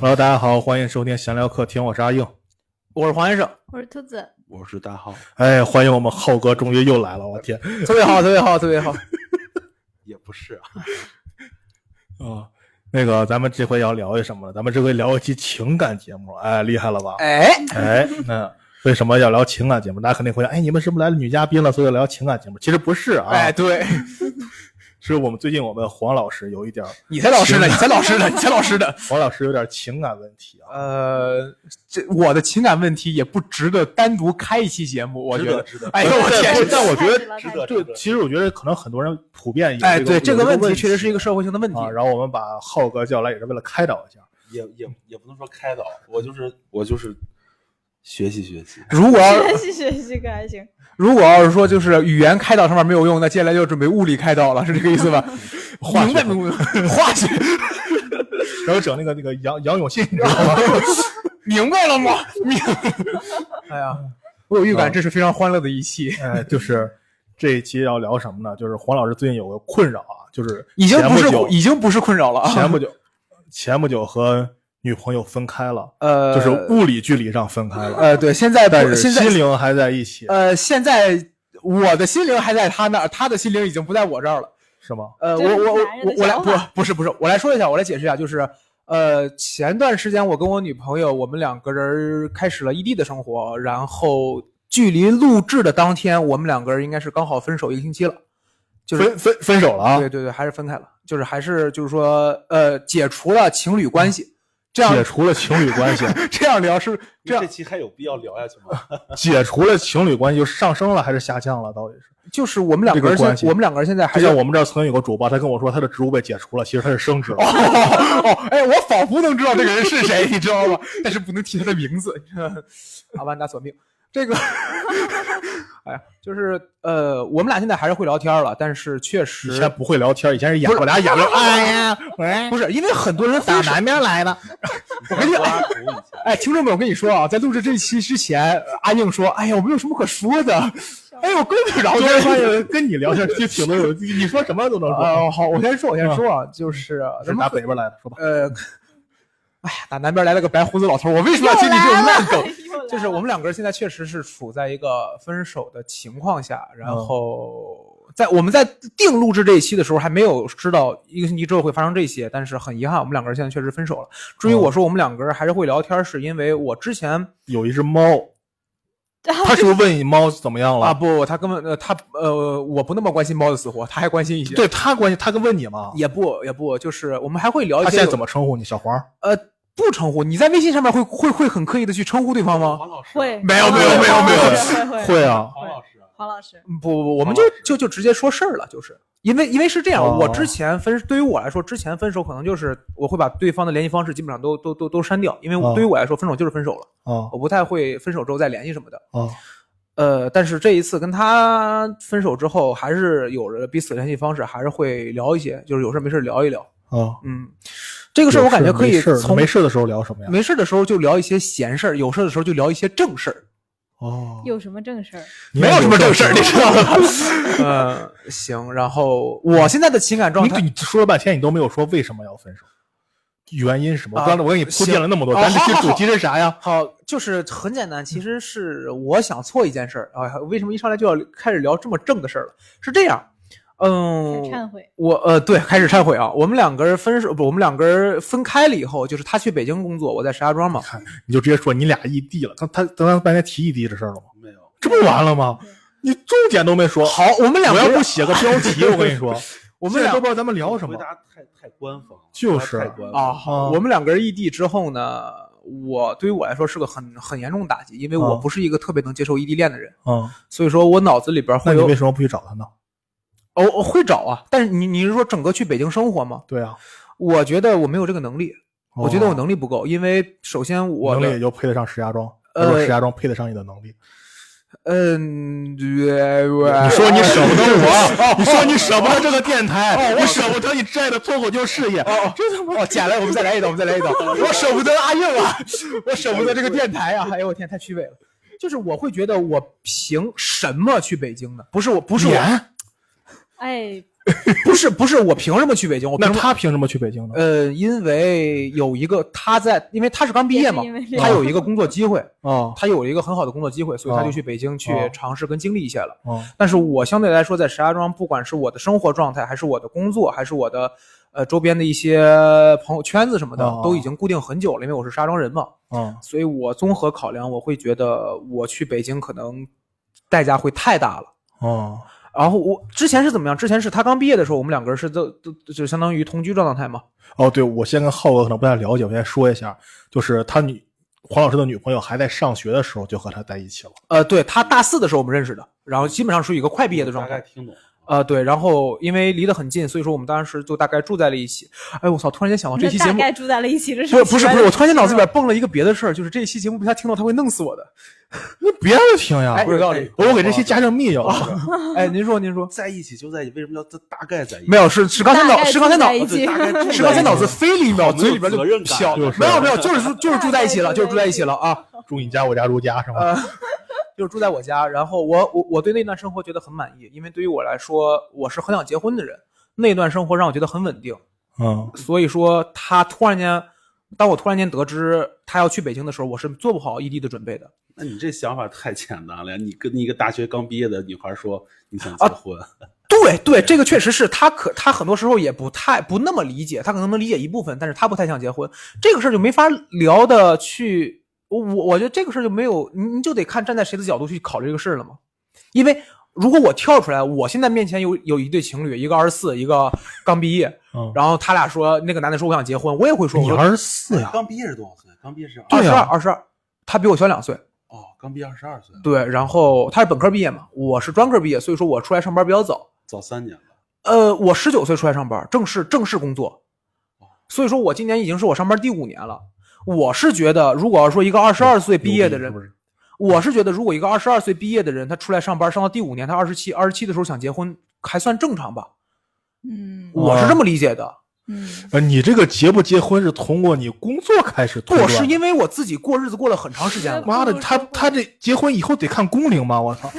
大家好，欢迎收听闲聊客厅，我是阿硬，我是黄先生。我是兔子，我是大浩，哎，欢迎我们浩哥，终于又来了，我天特别 好，特别好，特别好。 也不是啊，啊！那个，咱们这回要聊一什么呢？咱们这回聊一期情感节目，哎，厉害了吧？哎，哎，那为什么要聊情感节目？大家肯定会想，哎，你们是不是来了女嘉宾了，所以聊情感节目？其实不是啊，哎，对是我们最近我们黄老师有一点儿，你才老师呢，你才老师呢，你才老 师呢。黄老师有点情感问题啊，呃，这我的情感问题也不值得单独开一期节目，我觉得。值得哎呦我天但！但我觉得开始了对，其实我觉得可能很多人普遍有哎，对这这个个有问问题确实是一个社会性的问题啊。。然后我们把浩哥叫来也是为了开导一下。也也也不能说开导，我就是我就是学习学习，如果要呃学习学习可还 行。如果要是说就是语言开导上面没有用，那接下来就准备物理开导了，是这个意 思吧？化学明白明白。 化学然后整那个那个杨杨永信，你知道 吗？明白了吗？明。哎呀，我有预啊感这是非常欢乐的一期，哎，就是这一期要聊什么呢？就是黄老师最近有个困扰啊，就是已经前不不是久已经不是困扰了啊。前不久前不久和女朋友分开了，呃，就是物理距离上分开了，呃，对，现在不但是现在心灵还在一起，呃，现在我的心灵还在他那儿，他的心灵已经不在我这儿了。是吗？呃，这我是我我男人的我我来想不法不是不是，我来说一下，我来解释一下，就是呃，前段时间我跟我女朋友，我们两个人开始了异地的生活，然后距离录制的当天，我们两个人应该是刚好分手一个星期了，就是分分分手了啊对，对对，还是分开了，就是还是就是说呃，解除了情侣关系，这样解除了情侣 关系，这样聊是 这样这期还有必要聊下去吗？解除了情侣关系，就上升了还是下降了？到底是？就是我们两这个个人现关系我们两个人现在还就是像我们这儿曾经有个主播，他跟我说他的职务被解除了，其实他是升职了。哦，哎，我仿佛能知道这个人是谁，你知道吗？但是不能提他的名字。阿曼达索命，这个， 哎呀，就是呃，我们俩现在还是会聊天了，但是确以前实不会聊天，以前是演我俩演了，哎 呀，喂，不是因为很多人打南边来的。我跟你挖苦一下，哎，听众们，我跟你说啊，在录制这一期之前，呃阿硬说：“哎呀，我没有什么可说的。”哎，我根本聊突 不然着发现跟你聊天就挺能有，你说什么都能说。啊，好，我先说，我先说啊，就是是咱打们北边来的，说吧。呃， 哎呀，打南边来了个白胡子老头，我为什么要听你这种烂梗？啊就是 我们两个人现在确实是处在一个分手的情况下，然嗯后在我们在定录制这一期的时候还没有知道一个星期之后会发生这些，但是很遗憾，我们两个人现在确实分手了。至于嗯我说我们两个人还是会聊天，是因为我之前有一只哦猫，啊他是不是问你猫怎么样了？啊不，他根本呃他呃我不那么关心猫的死活，他还关心一些。对他关系，他跟问你吗？也不也不，就是我们还会聊一他些。现在怎么称呼你？小黄？呃不称呼？你在微信上面会会会很刻意的去称呼对方吗？黄老师会没有没有没有没有有会啊，黄老师，黄老师，嗯不不不，我们黄就老师就就直接说事儿了，就是因为因为是这样，哦我之前分对于我来说，之前分手可能就是我会把对方的联系方式基本上都都都都删掉，因为哦对于我来说，分手就是分手了，啊我不太会分手之后再联系什么的。啊！呃，但是这一次跟他分手之后，还是有着彼此联系方式，还是会聊一些，就是有事没事聊一聊。啊，嗯，这个事儿我感觉可以没事儿从没事儿的时候聊什么呀？没事儿的时候就聊一些闲事儿，有事儿的时候就聊一些正事儿。哦，有什么正事儿？你没有什么正事儿，你你知道吗？ 呃，行，然后我现在的情感状态，你说了半天，你都没有说为什么要分手，原因是什么？啊刚才我给你铺垫了那么多，行咱这期哦好好主题是啥呀？好，就是很简单，其实是我想错一件事儿啊。为什么一上来就要开始聊这么正的事儿了？是这样，很嗯，忏悔，我呃，对，开始忏悔啊。我们两个人分手，不，我们两个人分开了以后，就是他去北京工作，我在石家庄嘛。你就直接说你俩异地了。他他他刚才半天提异地的事儿了吗？没有，这不完了吗？你重点都没说。好，我们两我个要人不，写个标题， 我跟你说，我们现在俩都不知道咱们聊什回么。答太太官方了，就是太官方啊，了，好，我们两个人异地之后呢，我对于我来说是个很很严重的打击，因为我嗯不是一个特别能接受异地恋的人，嗯，所以说我脑子里边那会你有为什么不去找他呢？哦，我会找啊，但是你你是说整个去北京生活吗？对啊，我觉得我没有这个能力，我觉得我能力不够，因为首先哦我能力也的就配得上石家庄，呃如果石家庄配得上你的能力，嗯，对 我你说你舍不得我哦，你说你舍不得这个电台，哦我你舍不得你挚爱的脱口秀事业，哦，这他妈哦，捡来，我们再来一刀，我们再 来一刀，我舍不得阿硬啊，我舍不得这个电台啊，哎呦我天，太虚伪了。就是我会觉得我凭什么去北京呢？不是我，不是我，脸哎，不是不是，我凭什么去北京？我凭那什么？他凭什么去北京呢？呃，因为有一个他在，因为他是刚毕业嘛也是因为，他有一个工作机会，哦他有一个很好的工作机会，所以他哦就去北京去哦尝试跟经历一些了。哦但是我相对来说，在石家庄，不管是我的生活状态，还是我的工作，还是我的呃周边的一些朋友圈子什么的，哦都已经固定很久了，因为我是石家庄人嘛，哦所以我综合考量，我会觉得我去北京可能代价会太大了。哦然后我之前是怎么样？之前是他刚毕业的时候，我们两个人是都都就相当于同居状态嘛。哦，对，我先跟浩哥可能不太了解，我先说一下，就是他女黄老师的女朋友还在上学的时候就和他在一起了。呃，对他大四的时候我们认识的，然后基本上属于一个快毕业的状大概态。听懂。呃，对，然后因为离得很近，所以说我们当时就大概住在了一起。哎，我操！突然间想到这期节大目，概住在了一起，这不是不是不是，我突然间脑子里边边蹦了一个别的事儿，就是这一期节目被他听到，他会弄死我的。你别的听呀，哎不是道理我给这些加上密友。啊哦哎，您说您说，在一起就在一起，为什么要这大概在一起？哦没有是是刚才大脑概是刚才住在脑一子起对大概住是刚才在一脑子起飞了一秒，好没有嘴里边就责任感飘就是没有没有，就是住就是住在一起了，就是住在一起了啊，住你家，我家住家是吗？就是住在我家。然后我我我对那段生活觉得很满意，因为对于我来说，我是很想结婚的人，那段生活让我觉得很稳定。嗯所以说他突然间，当我突然间得知他要去北京的时候，我是做不好异地的准备的。那你这想法太简单了呀！你跟你一个大学刚毕业的女孩说你想结啊婚，对对，这个确实是他可他很多时候也不太不那么理解，他可能能理解一部分，但是他不太想结婚，这个事儿就没法聊的去。我我我觉得这个事儿就没有，你你就得看站在谁的角度去考虑这个事儿了嘛。因为如果我跳出来，我现在面前有有一对情侣，一个二十四，一个刚毕业，嗯，然后他俩说那个男的说我想结婚，我也会说，我你说二十四啊呀？刚毕业是多少岁？刚毕业是二对十呀二二十二，他比我小两岁，哦，刚毕业二十二岁，对，然后他是本科毕业嘛，我是专科毕业，所以说我出来上班比较早。早三年了。呃，我十九岁出来上班，正式正式工作，哦所以说我今年已经是我上班第五年了。我是觉得，如果要说一个二十二岁毕业的人，牛逼是我是觉得，如果一个二十二岁毕业的人，他出来上班上到第五年，他二十七，二十七的时候想结婚，还算正常吧？嗯哦我是这么理解的。嗯不是 呃，你这个结不结婚是通过你工作开始推不，断我的？是因为我自己过日子过了很长时间了。妈的，他他这结婚以后得看工龄吗？我 操！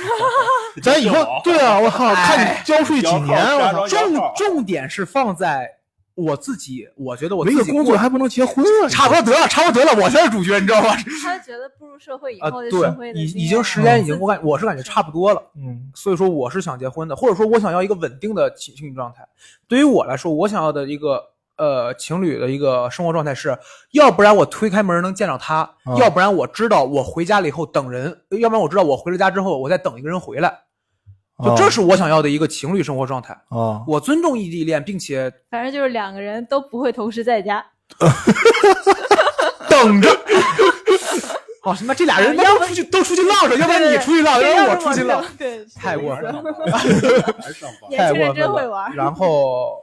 咱以后这好对啊，我靠，看你哎交税几年，摇我号操，摇重号重点是放在我自己，我觉得我没自个己工作过还不能结婚啊？差不多得了，差不多得了，我才是主角，你知道吗？他觉得步入社会以啊后，的社会对，的已经已验经啊时间已经我感我是感觉差不多了，嗯所以说我是想结婚的，或者说我想要一个稳定的情情侣状态。对于我来说，我想要的一个呃情侣的一个生活状态是，要不然我推开门能见到他，啊嗯要不然我知道我回家了以后等人，要不然我知道我回了家之后我再等一个人回来，啊就这是我想要的一个情侣生活状态。啊，我尊重异地恋，并且反正就是两个人都不会同时在家，等着。哦，什么？这俩人啊要都不出去都出去浪着，要不然你出去浪，对要不是然啊我出去浪。， 对，是太过分了了， 还是上班。年太轻过人分真了会玩。然后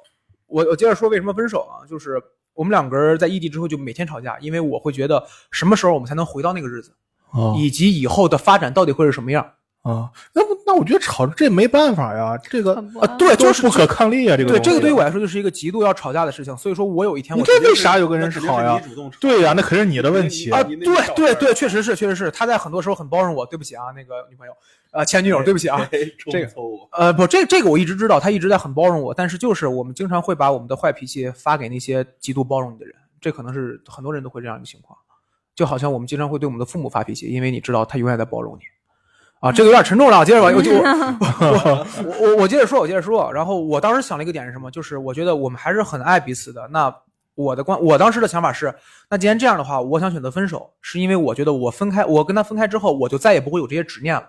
我我接着说为什么分手啊，就是我们两个人在异地之后就每天吵架，因为我会觉得什么时候我们才能回到那个日子，哦以及以后的发展到底会是什么样。啊，那不那我觉得吵这没办法呀，这个很不啊安对就是都不可抗力啊，这个对，这东个对西于我来说就是一个极度要吵架的事情，所以说我有一天你我这决定为啥有跟人吵呀那肯定是你主动吵对 呀，那肯定是你的问题那啊，你那个小对对事儿对，确实是，确实是，他在很多时候很包容我，对不起啊，那个女朋友，呃，前女友，对不起啊，这这个个错误。呃，不，这这个我一直知道，他一直在很包容我，但是就是我们经常会把我们的坏脾气发给那些极度包容你的人，这可能是很多人都会这样的情况，就好像我们经常会对我们的父母发脾气，因为你知道他永远在包容你。啊，这个有点沉重了，接着吧，我就我我我我接着说，我接着说。然后我当时想了一个点是什么，就是我觉得我们还是很爱彼此的。那我的观，我当时的想法是，那既然这样的话，我想选择分手，是因为我觉得我分开，我跟他分开之后，我就再也不会有这些执念了。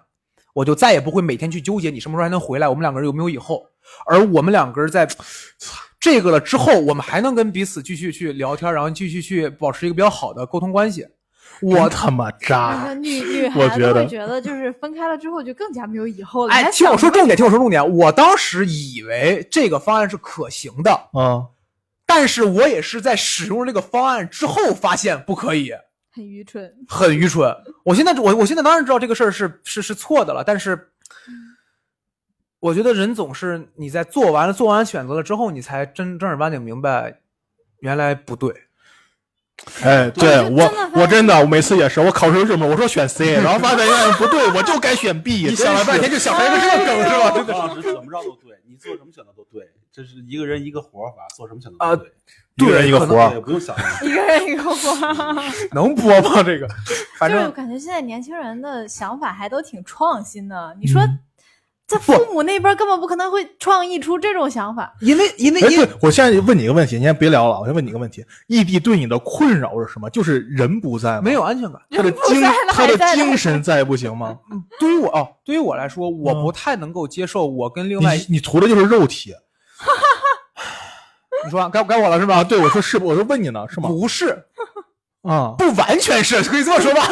我就再也不会每天去纠结你什么时候还能回来，我们两个人有没有以后。而我们两个人在这个了之后，我们还能跟彼此继续去聊天，然后继续去保持一个比较好的沟通关系。我真他妈那渣啊个， 女女我孩觉得子会觉得，就是分开了之后就更加没有以后了。你哎，还听我想说着重点，听我说重点。我当时以为这个方案是可行的，啊，但是我也是在使用这个方案之后发现不可以，很愚蠢，很愚蠢。我现在我我现在当然知道这个事儿是是是错的了，但是我觉得人总是你在做完了做完选择了之后，你才真正儿八经明白原来不对。哎，对我就我真的发现我真的我每次也是，我考试什么我说选 C，然后发现哎不对，我就该选 B，哎 你想了半天就想出来一个这个梗是吧？王老师怎么着都对，你做什么选择都对，这是一个人一个活法，做什么想都对。一个人一个活对，儿，不用想那么多。一个人啊一个 花。能播吗？这个，反就是正我感觉现在年轻人的想法还都挺创新的。你说嗯，在父母那边根本不可能会创意出这种想法。因为因为哎，因为对，我现在问你一个问题，你先别聊了，我先问你一个问题：异地对你的困扰是什么？就是人不在吗？没有安全感。他的精人不在了他的还在呢精神在不行吗？对于我哦，对于我来说，我嗯不太能够接受我跟另你外你图的就是肉 体你说啊该该我了是吧？啊？对，我说是，我说问你呢，是吗？不是，啊，不完全是，可以这么说 吧，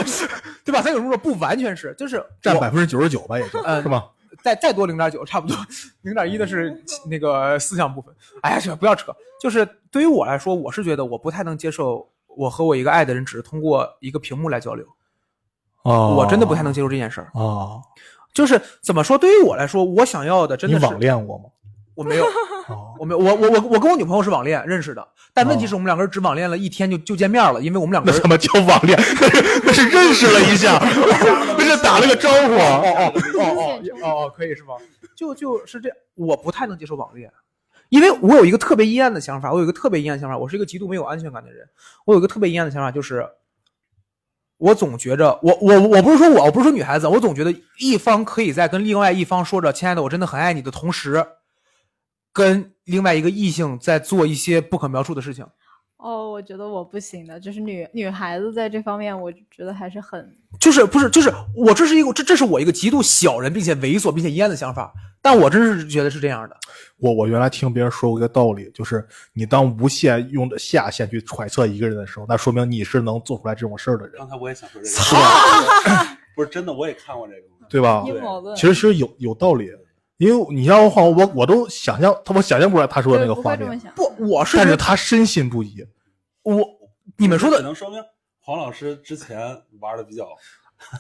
对吧？咱有时候说不完全是，就是占我百分之九十九吧，也就 呃是吧？再再多零点九，差不多零点一的是那个思想部分。哎呀，这不要扯，就是对于我来说，我是觉得我不太能接受我和我一个爱的人只是通过一个屏幕来交流，哦，我真的不太能接受这件事儿。哦，就是怎么说，对于我来说，我想要的真你的网是恋 过吗？我没有，哦，我没有，我我我我跟我女朋友是网恋认识的，但问题是我们两个人只网恋了一天就就见面了，因为我们两那个人他妈叫网恋？那是那是认识了一 下，那是打了个招呼。 哦哦，哦哦哦哦，可以是吗？就就是这，我不太能接受网恋，因为我有一个特别阴暗的想法，我有一个特别阴暗的想法，我是一个极度没有安全感的人，我有一个特别阴暗的想法，就是我总觉着我我我不是说我，我不是说女孩子，我总觉得一方可以在跟另外一方说着“亲爱的，我真的很爱你”的同时，跟另外一个异性在做一些不可描述的事情。哦，我觉得我不行的，就是女女孩子在这方面，我觉得还是很就是不是就是我这是一个这这是我一个极度小人并且猥琐并且阴暗的想法，但我真是觉得是这样的。我我原来听别人说过一个道理，就是你当无限用着下限去揣测一个人的时候，那说明你是能做出来这种事儿的人，刚才我也想说这个，对 不是真的，我也看过这个。对吧？阴谋论。其实其实有有道理，因为你让我话，我我都想象他，我想象不出来他说的对那个不画会这么面，想。不，我是但觉是得他深信不疑。我你们说只的能说明黄老师之前玩的比较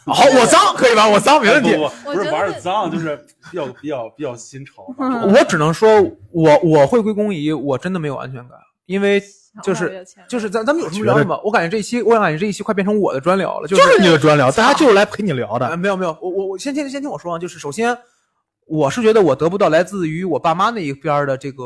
好，我脏可以吧？我脏没问题。不不不不我觉是得玩的脏，就是比较比较比较新潮。 嗯我只能说我我会归功于我真的没有安全感，因为就是就是咱咱们有什么聊什么。我感觉这一期，我感觉这一期快变成我的专聊了，就、就是是你的专聊，大家就是来陪你聊呃的。没有没有，我我我先先先听我说啊，就是首先我是觉得我得不到来自于我爸妈那一边儿的这个。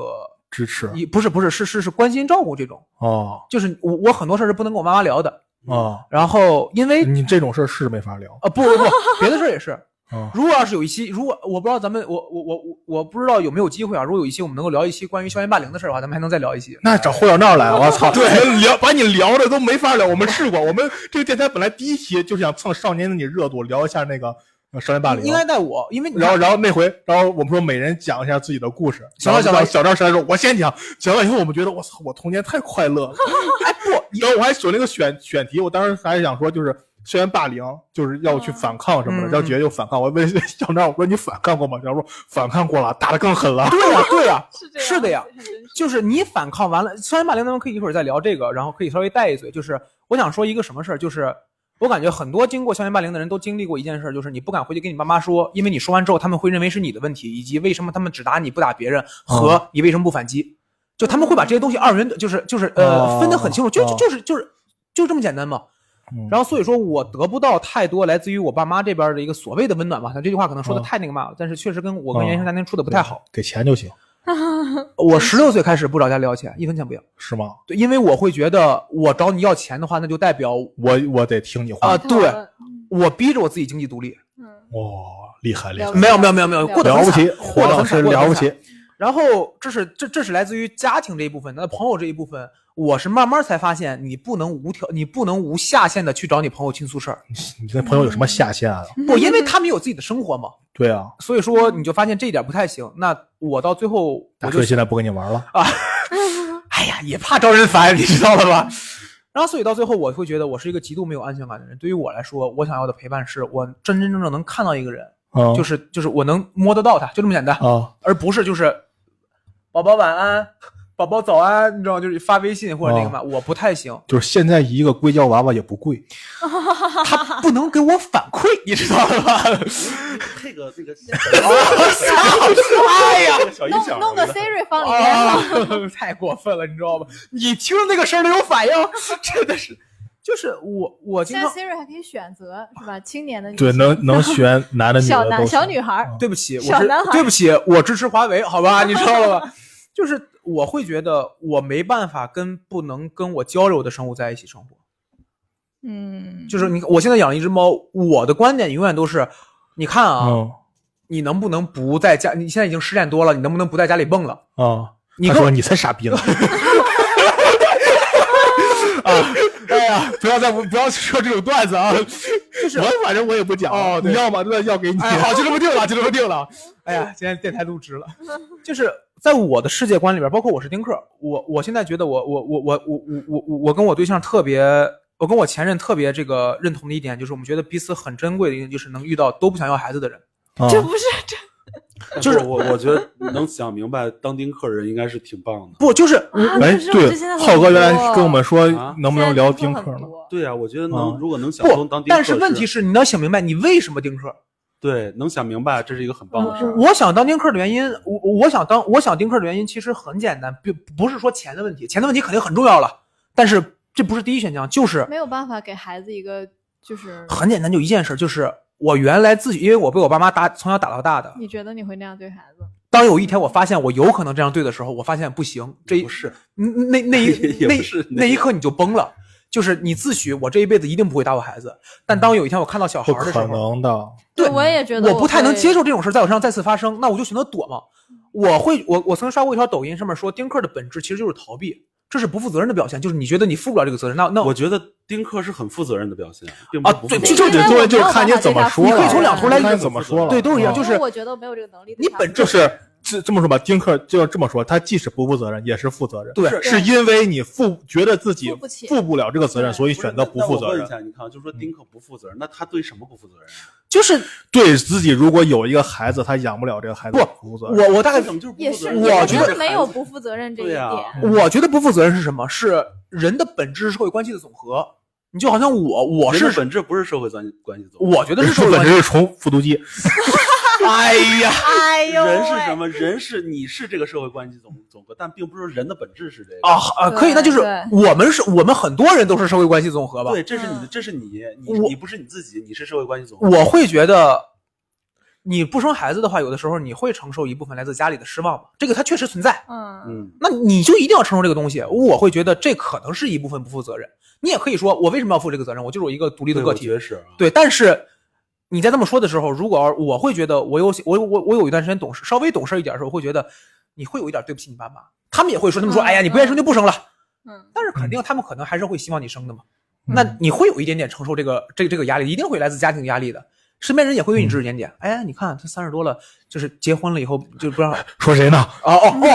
支持也不是不是是是是关心照顾这种，哦就是我我很多事儿是不能跟我妈妈聊的。哦，然后因为你这种事儿是没法聊啊，不不不，别的事儿也是。啊。如果要是有一期，如果我不知道咱们，我我我我我不知道有没有机会啊。如果有一期我们能够聊一期关于校园霸凌的事儿的话，咱们还能再聊一期。那找胡小闹来，我操！对，聊把你聊的都没法聊。我们试过，我们这个电台本来第一期就是想蹭少年的你热度，聊一下那个呃少年霸凌应。该带我，因为你然后，然后那回，然后我们说每人讲一下自己的故事。行小赵了行小赵小了赵上来说，我先讲，讲完以后我们觉得我操，我童年太快乐了。 哎不，然后我还选了一个选选题，我当时还想说，就是校园霸凌，就是要去反抗什么嗯的，要决就反抗。我问小赵，我说你反抗过吗？小赵说反抗过了，打的更狠了。对呀、对呀、是样是的呀， 就是你反抗完了，校园霸凌咱们可以一会儿再聊这个，然后可以稍微带一嘴。就是我想说一个什么事儿，就是我感觉很多经过校园霸凌的人都经历过一件事儿，就是你不敢回去跟你爸妈说，因为你说完之后他们会认为是你的问题，以及为什么他们只打你不打别嗯人，和你为什么不反击，就他们会把这些东西二元的就是就是呃哦分得很清楚，就就哦就是就是就这么简单嘛。嗯然后所以说我得不到太多来自于我爸妈这边的一个所谓的温暖吧，他这句话可能说的哦太那个嘛了，但是确实跟我跟哦原生家庭处的不太好。给钱就行，我十六岁开始不找家里要钱，一分钱不要。是吗？对，因为我会觉得我找你要钱的话，那就代表我我得听你啊、话。对我逼着我自己经济独立。嗯，哇、厉害厉害了，没有没有没有没有，了过得了很不惨起，胡老师了不起。然后这是这这是来自于家庭这一部分，那朋友这一部分，我是慢慢才发现，你不能无条，你不能无下限的去找你朋友倾诉事儿，你跟朋友有什么下限啊？嗯不，因为他们有自己的生活嘛，对啊，所以说你就发现这一点不太行。那我到最后，大我就锤现在不跟你玩了。啊哎呀，也怕招人烦，你知道了吧？然后，所以到最后，我会觉得我是一个极度没有安全感的人。对于我来说，我想要的陪伴是我真真正正能看到一个人，嗯，就是就是我能摸得到他，就这么简单，啊，而不是就是宝宝晚安，宝宝早安，你知道吗就是发微信或者那个嘛，我不太行，就是现在一个硅胶娃娃也不贵。他不能给我反馈，你知道了吧？这个这个，哎呀，小音响嗯弄弄个 Siri 放里面， 啊， 太过分了，你知道吗？你听着那个声儿都有反应，真的是，就是我我经现在常 Siri 还可以选择是吧？青年的女 对，性能能选男的女的小都男行啊小女孩儿嗯对不起，我小是男孩对不起，我支持华为，好吧，你知道了吧？ 就是我会觉得我没办法跟不能跟我交流的生物在一起生活。嗯，就是你，我现在养了一只猫，我的观点永远都是，你看啊，嗯你能不能不在家？你现在已经十点多了，你能不能不在家里蹦了？啊，你他跟说你才傻逼呢。 啊，哎呀，不要再不要说这种段子啊！就是我反正我也不讲哦对你要吗？那要给你。哎好就这么定了，就这么定了。哎呀，今天电台录制 了，就是在我的世界观里边，包括我是丁克，我我现在觉得我我我我我我我我我跟我对象特别，我跟我前任特别这个认同的一点，就是我们觉得彼此很珍贵的一点，就是能遇到都不想要孩子的人。啊这不是这 就是我我觉得能想明白当丁克人应该是挺棒的。不，就是啊，哎，可是我对这现在，很浩哥原多来跟我们说啊能不能聊丁克呢？？对啊呀、我觉得嗯能如果能想通不当，丁克，但是问题是你要想明白你为什么丁克。对能想明白这是一个很棒的事儿。我想当丁克的原因，我我想当我想丁克的原因其实很简单，并不是说钱的问题，钱的问题肯定很重要了，但是这不是第一选项，就是没有办法给孩子一个就是，很简单，就一件事，就是我原来自己，因为我被我爸妈打从小打到大的。你觉得你会那样对孩子？当有一天我发现我有可能这样对的时候，我发现不行，这一不是嗯那那一也那不是那一刻你就崩了，就是你自诩我这一辈子一定不会打我孩子，但当有一天我看到小孩不儿的时可候，能的。对我也觉得我不太能会接受这种事儿在我身上再次发生，那我就选择躲嘛。我会，我我曾经刷过一条抖音，上面说丁克的本质其实就是逃避，这是不负责任的表现，就是你觉得你负不了这个责任，那那我觉得丁克是很负责任的表现，并啊不对不这就这得东西就是看你怎么说了，你可以从两头来看你怎么说了。对都是一样嗯就因为我觉得我没有这个能力。你本质就是这这么说吧，丁克就要这么说，他既是不负责任，也是负责任。对是是因为你负觉得自己负不起负不了这个责任，对所以选择不负责那我问任一。下，你看啊，就说丁克不负责任，那他对什么不负责任啊？就是对自己如果有一个孩子，他养不了这个孩子，不负责任。我我大概怎么就是不也负责是，任？我觉得这没有孩子不负责任这一对啊点。嗯我觉得不负责任是什么？是人的本质是社会关系的总和。你就好像我，我人的是本质不是社会关系关系总和。我觉得是社 会本关身系。是重复读机，哎 呀，哎呦喂，人是什么？人是你是这个社会关系总总和，但并不是人的本质是这个。啊啊，可以，对那就是对我们是我们很多人都是社会关系总和吧？对，这是你的，嗯这是你，你我你不是你自己，你是社会关系总和。我会觉得，你不生孩子的话，有的时候你会承受一部分来自家里的失望吧，这个它确实存在。嗯，嗯，那你就一定要承受这个东西。我会觉得这可能是一部分不负责任。你也可以说，我为什么要负这个责任？我就是我一个独立的对个我体觉。得是啊。对，但是你在这么说的时候，如果要我会觉得我有我我我有一段时间懂事，稍微懂事一点的时候，我会觉得你会有一点对不起你爸妈。他们也会说，他们说，嗯哎呀，你不愿意生就不生了。嗯，但是肯定他们可能还是会希望你生的嘛。嗯那你会有一点点承受这个这个这个压力，一定会来自家庭压力的。身边人也会嗯对你指指点点，哎呀，你看他三十多了，就是结婚了以后 就不让哦说谁呢？哦哦哦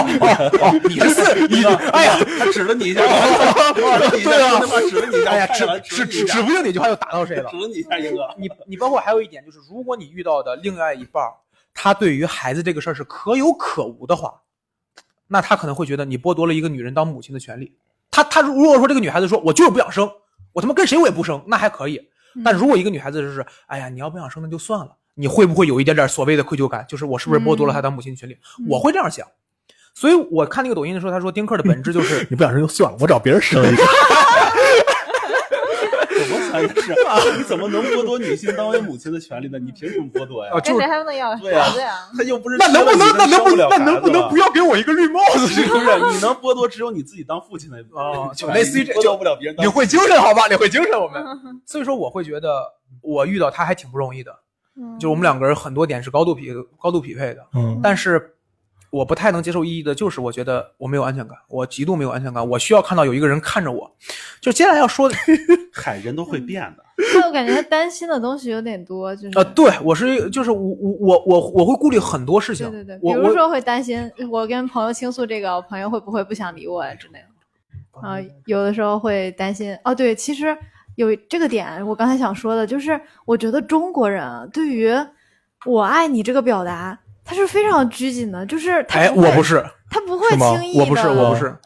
哦，你是四，你 是哎呀，他指了你 一下，对啊他妈指了你一下，哎呀，指看完指了指你一下指不定哪句话又打到谁了指。了你一下，英哥。你你包括还有一点就是，如果你遇到的另外一半儿，他对于孩子这个事儿是可有可无的话，那他可能会觉得你剥夺了一个女人当母亲的权利。他他如果说这个女孩子说我就是不想生，我他妈跟谁我也不生，那还可以。嗯但如果一个女孩子就是哎呀你要不想生那就算了，你会不会有一点点所谓的愧疚感？就是我是不是剥夺了她当母亲的权利？嗯我会这样想。所以我看那个抖音的时候，他说丁克的本质 就是你不想生就算了，我找别人生一个。我想也哎是，你啊怎么能剥夺女性当为母亲的权利呢？你凭什么剥夺呀？啊，跟就嗯谁是还能要对啊孩子呀？他又不是那能 不能那能不生了那孩子能不能了不要给我一个绿帽子？是不是你能剥夺只有你自己当父亲的哦就权利类似于这你剥夺不了别人当领会精神好吧，领会精神我们。所以说我会觉得我遇到他还挺不容易的，嗯 就是我们两个人很多点是高度匹高度匹配的，嗯但是我不太能接受异议的就是，我觉得我没有安全感，我极度没有安全感，我需要看到有一个人看着我。就接下来要说的，海人都会变的，但我感觉他担心的东西有点多，就是呃，对我是就是我我我我我会顾虑很多事情，对对对，比我如我说会担心我跟朋友倾诉这个，我朋友会不会不想理我啊之类的。然后有的时候会担心哦，对，其实有这个点，我刚才想说的就是，我觉得中国人啊对于“我爱你”这个表达，他是非常拘谨的，就是他哎，我不是，是，他不会是吗轻易的，我不是，我不是，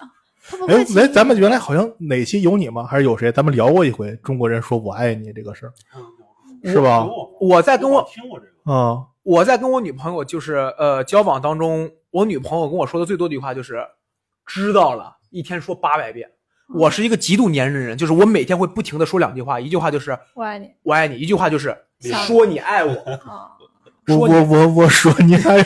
他不哎会，轻易哎，咱们原来好像哪期有你吗？还是有谁？咱们聊过一回中国人说我爱你这个事儿，嗯是吧？我在跟我哎听过这个，啊，我在跟我女朋友就是呃交往当中，我女朋友跟我说的最多的一句话就是“知道了”，一天说八百遍。我是一个极度粘人的人，就是我每天会不停的说两句话，一句话就是我爱你“我爱你”，一句话就是“想说你爱我啊，我说你我我我说你还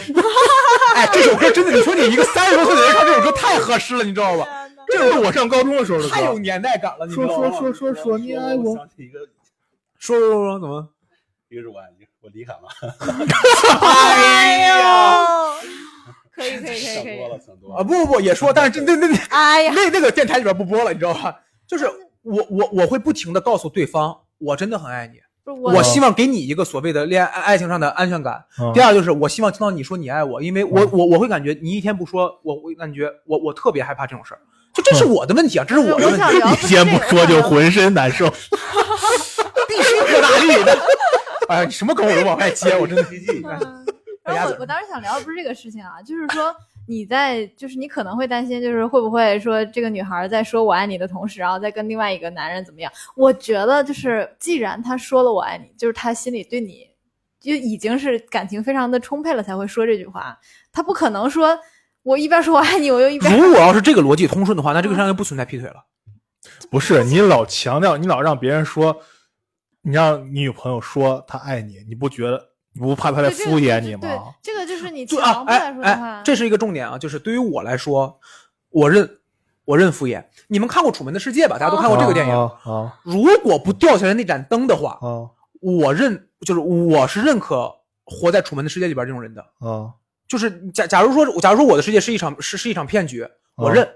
哎，这首歌真的，你说你一个三十多岁的人唱这首歌太合适了，你知道吧？这是我上高中的时候的歌。太有年代感了，你知说道说吗？说说说你爱我，想起一个，说说说怎么？一个是我爱你，我离开了， 哎呦，可以可以可以想可多了，以，想多啊，了。不不不，也说，但是这那那哎呀，那那个电台里边不播了，你知道吧？就是我我我会不停的告诉对方，我真的很爱你，不是我我希望给你一个所谓的恋爱爱情上的安全感。嗯第二就是我希望听到你说你爱我，因为我我我会感觉你一天不说，我我感觉我我特别害怕这种事儿。就这是我的问题啊，这是我的问题嗯，你先不说就浑身难 受。必须喝 大力的。哎呀，你什么梗我都往外接，我真的。嗯大然家后我怎么我当时想聊的不是这个事情啊，就是说你在就是你可能会担心，就是会不会说这个女孩在说我爱你的同时，然后再跟另外一个男人怎么样？我觉得就是既然她说了我爱你，就是她心里对你就已经是感情非常的充沛了才会说这句话，她不可能说我一边说我爱你，我又一边如果要是这个逻辑通顺的话，那这个世界上就不存在劈腿了。不是你老强调，你老让别人说，你让你女朋友说她爱你，你不觉得你不怕她在对这个敷衍就你对吗？，这个就是你就啊强，迫哎来说的话哎，，这是一个重点啊，就是对于我来说，我认我认敷衍。你们看过《楚门的世界》吧？大家都哦看过这个电影。啊啊如果不掉下来那盏灯的话，啊我认就是我是认可活在《楚门的世界》里边这种人的。啊！就是假假如说，假如说我的世界是一场是是一场骗局，我认。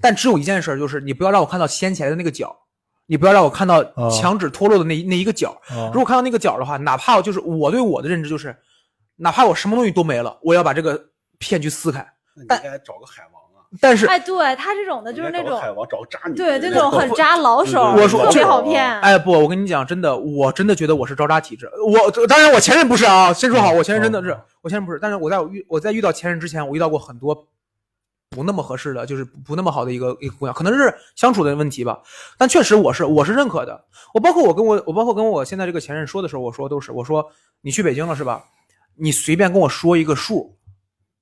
但只有一件事儿，就是你不要让我看到掀起来的那个角，你不要让我看到哦墙纸脱落的那一那一个角。啊如果看到那个角的话，哪怕就是我对我的认知就是，哪怕我什么东西都没了，我也要把这个骗局撕开。那你应该找个海王啊，但是，哎，对他这种的就是你那应该找种个海王，找个渣女，对这那种很渣老手，对对我说特别这好骗。哎不，我跟你讲，真的，我真的觉得我是招渣体质。我当然我前任不是啊，先说好，嗯我前任真的是哦，我前任不是。但是我在我遇我在遇到前任之前，我遇到过很多不那么合适的，就是不不那么好的一个一个姑娘，可能是相处的问题吧。但确实我是我是认可的。我包括我跟我我包括跟我现在这个前任说的时候，我说都是我说你去北京了是吧？你随便跟我说一个数，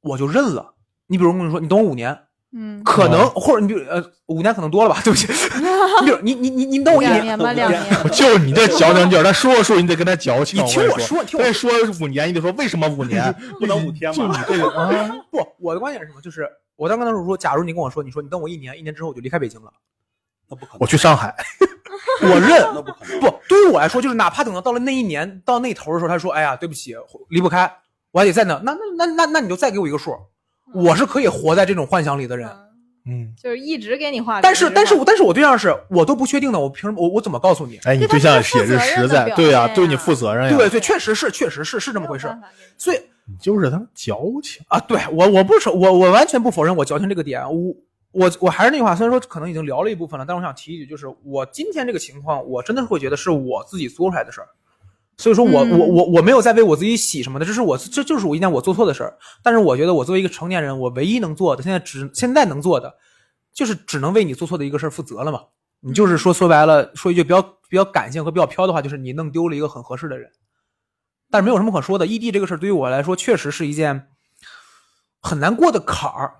我就认了。你比如跟你说，你等我五年，嗯，可能、哦或者你比如呃五年可能多了吧，对不起。 你比如你你你你等我一两年，年吧，两年。就你这矫情劲儿，他说个数你得跟他矫情。你听我我跟说，听我再说五年，你得说为什么五年？ 不能五天就你吧？这个啊，不，我的观点是什么？就是我当刚当时说，假如你跟我说，你说你等我一年，一年之后我就离开北京了， 那不可能，我去上海，我认。那不可能。不，对于我来说，就是哪怕等到到了那一年到那头的时候，他说，哎呀，对不起，离不开，我还得再等。那那那那那你就再给我一个数，我是可以活在这种幻想里的人。嗯，就是一直给你画饼。但是一直但是画我但是我对象是我都不确定的，我凭什么我我怎么告诉你？哎，你对象也是实在，对呀，对你负责任呀，对啊对，确实是确实是是这饼么回事。。没有办法给你所以就是他矫情。啊，对我我不是我我完全不否认我矫情这个点，我我我还是那句话，虽然说可能已经聊了一部分了，但我想提一句，就是我今天这个情况，我真的是会觉得是我自己做出来的事儿，所以说我、我嗯我我没有在为我自己洗什么的，这是我这就是我一件我做错的事儿，但是我觉得我作为一个成年人，我唯一能做的，现在只现在能做的，就是只能为你做错的一个事儿负责了嘛。你就是说说白了，说一句比较比较感性和比较飘的话，就是你弄丢了一个很合适的人。但是没有什么可说的，异地这个事儿对于我来说确实是一件很难过的坎儿，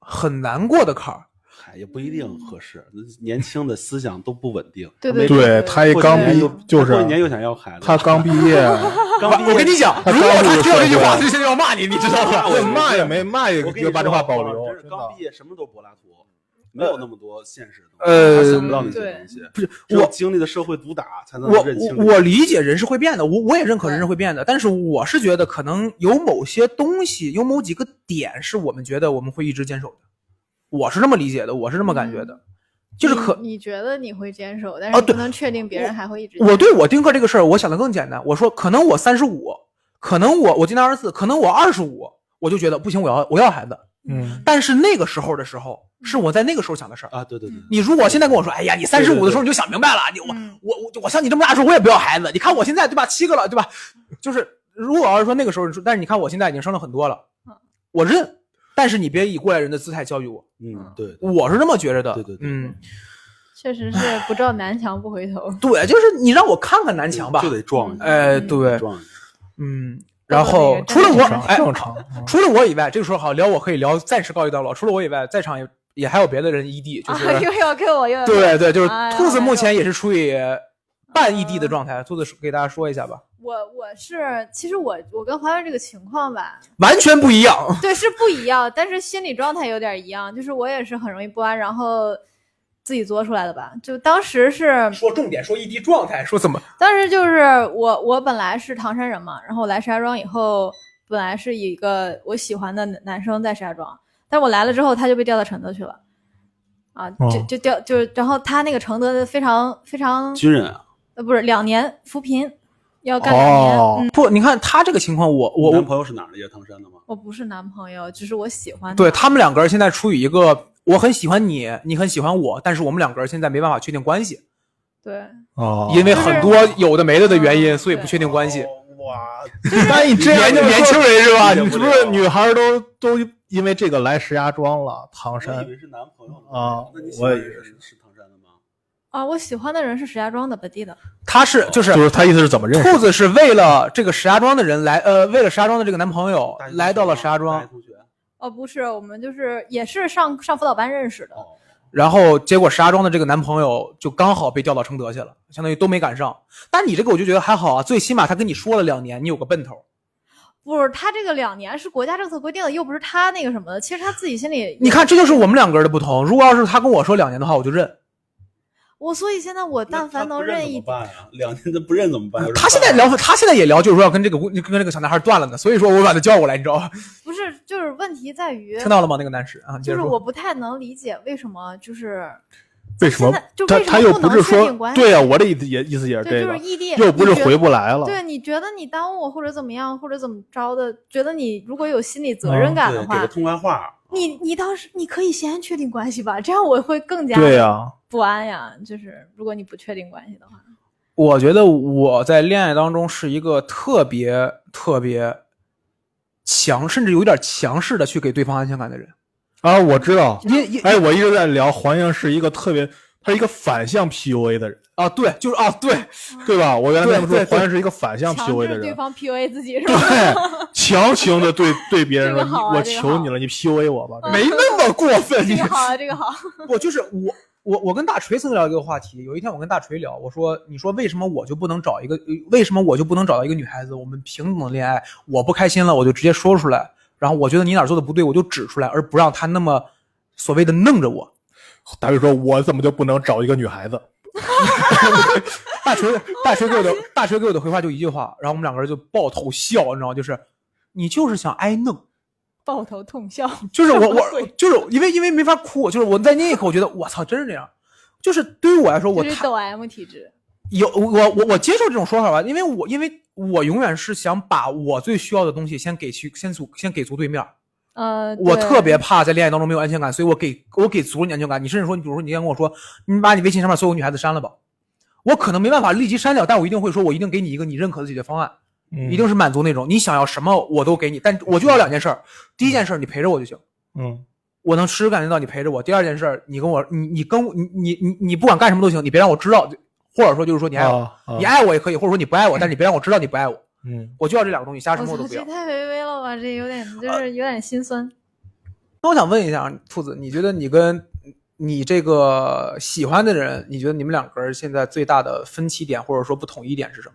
很难过的坎儿。嗨，也不一定合适，年轻的思想都不稳定。对没对对他一过几刚年毕又就过几是年又想要孩子，他刚毕 业，刚毕业我跟你讲，他如果刚入他听到这句话，社会他就现在要骂你，你知道 吗？对骂也没骂也我跟你就把这话保留说，啊真是真刚的毕业什么都柏拉图，没有那么多现实的东西，呃他想不到那些东西。不是只有我经历了社会毒打，才能我认清我这我理解人是会变的，我我也认可人是会变的，但是我是觉得可能有某些东西，有某几个点是我们觉得我们会一直坚守的，我是这么理解的，我是这么感觉的，嗯就是可你你觉得你会坚守，但啊是对不能确定别人还会一直。我对我丁克这个事儿，我想的更简单。我说，可能我三十五，可能我我今年二十四，可能我二十五，我就觉得不行，我要我要孩子。嗯，但是那个时候的时候，嗯是我在那个时候想的事儿。啊，对对对，你如果现在跟我说，哎呀，你三十五的时候你就想明白了，你我嗯我我我像你这么大的时候我也不要孩子。你看我现在对吧，七个了对吧？就是如果要是说那个时候你说，但是你看我现在已经生了很多了嗯，我认。但是你别以过来人的姿态教育我，嗯，对，我是这么觉着的。对对对嗯，确实是不撞南墙不回头。对，就是你让我看看南墙吧就。得撞一下，哎，嗯对，撞一下。嗯，都然有这后个除了正我，常哎，正常嗯除了我以外，这个时候好聊，我可以聊，暂时告一段落。除了我以外，在场也也还有别的人异地， 就啊是、，又要跟我又要 对对，就是哎呀兔子哎呦目前也是处于半异地的状态。兔子给大家说一下吧，我我我是，其实我我跟华源这个情况吧，完全不一样。对，是不一样，但是心理状态有点一样，就是我也是很容易不安，然后自己作出来的吧。就当时是， 说重点，说异地状态，说怎么当时就是我我本来是唐山人嘛，然后我来石家庄以后，本来是一个我喜欢的男男生在石家庄，但是我来了之后他就被调到承德去了，啊，就哦就调就然后他那个承德的非常非常军人啊，呃不是两年扶贫，要干两年，哦嗯，不？你看他这个情况，我我你男我朋友是哪儿的？也是唐山的吗？我不是男朋友，只是我喜欢对他们两个人现在处于一个我很喜欢你，你很喜欢我，但是我们两个人现在没办法确定关系，对，哦因为就是很多有的没的的原因，嗯所以不确定关系。哦。哇，那你这样就年轻人是吧你是不理解是不了女孩都都因为这个来石家庄了？唐我山以为是男朋友呢啊那你喜我欢也人是是唐山的吗？啊，我喜欢的人是石家庄的本地的，他是就是就是他意思是怎么认识兔？子是为了这个石家庄的人来，呃，为了石家庄的这个男朋友大学同学来到了石家大庄学，同学哦，不是，我们就是也是上上辅导班认识的，哦，然后结果石家庄的这个男朋友就刚好被调到承德去了，相当于都没赶上。但你这个我就觉得还好啊，最起码他跟你说了两年，你有个奔头。不是他这个两年是国家政策规定的，又不是他那个什么的，其实他自己心里，你看，这就是我们两个人的不同。如果要是他跟我说两年的话，我就认。我，所以现在我但凡能那他不认认一怎么，办呀？两年都不认怎么哎啊办？有什么他现在办聊，他现在也聊，就是说要跟这个姑跟这个小男孩断了呢。所以说我把他叫过来，你知道吧？不是，就是问题在于，听到了吗？那个男士啊，你接就着是说我不太能理解为什么就是为什么现在就他为什么他又不不能是确说定关系对啊？我的意思也意思也是对，这就个，是异地，又不是你觉回不来了。对，你觉得你耽误我或者怎么样，或者怎么着的，觉得你如果有心理责任感嗯对的给话，个通关话。你你倒是你可以先确定关系吧，这样我会更加对啊呀，不安呀。就是如果你不确定关系的话，我觉得我在恋爱当中是一个特别特别强，甚至有点强势的去给对方安全感的人。啊，我知道。因因哎，我一直在聊黄英是一个特别，他是一个反向 PUA 的人，啊，对，就是啊，对，对吧？我原来跟他们对说对对黄英是一个反向强 PUA 的制对人，方 PUA 自己是吧？对，啊强行的对对别人说，这个好啊你我这个求好你了，你 PUA 我吧。没那么过分。这个好啊，这个好。 我就是我，我我跟大锤曾经聊一个话题。有一天我跟大锤聊，我说：“你说为什么我就不能找一个，呃为什么我就不能找到一个女孩子？我们平等的恋爱，我不开心了，我就直接说出来。然后我觉得你哪儿做的不对，我就指出来，而不让她那么所谓的弄着我。大锤说：“我怎么就不能找一个女孩子大锤， 大锤给我的大锤给我的回话就一句话，然后我们两个人就抱头笑，你知道吗？就是你就是想挨弄，抱头痛笑，就是我我什么鬼就是因为因为没法哭，就是我在那一刻我觉得我操，真是这样。就是对于我来说，我这是太抖 M 体质。有我我我接受这种说法吧，因为我因为我永远是想把我最需要的东西先给去先足先给足对面儿。呃，我对特别怕在恋爱当中没有安全感，所以我给我给足了你安全感。你甚至说，你比如说你今天跟我说，你把你微信上面所有女孩子删了吧，我可能没办法立即删掉，但我一定会说，我一定给你一个你认可的解决方案，？”嗯一定是满足那种你想要什么我都给你，但我就要两件事儿，第一件事儿你陪着我就行。嗯，我能实时感觉到你陪着我。第二件事儿，你跟我，你你跟我，你你你你不管干什么都行，你别让我知道，或者说就是说你爱我，啊啊你爱我也可以，或者说你不爱我，但是你别让我知道你不爱我，嗯，我就要这两个东西，其他什我么我都操，不这要。啊太卑微了吧？这有点就是有点心酸。那我想问一下兔子，你觉得你跟你这个喜欢的人，你觉得你们两个人现在最大的分歧点或者说不统一点是什么？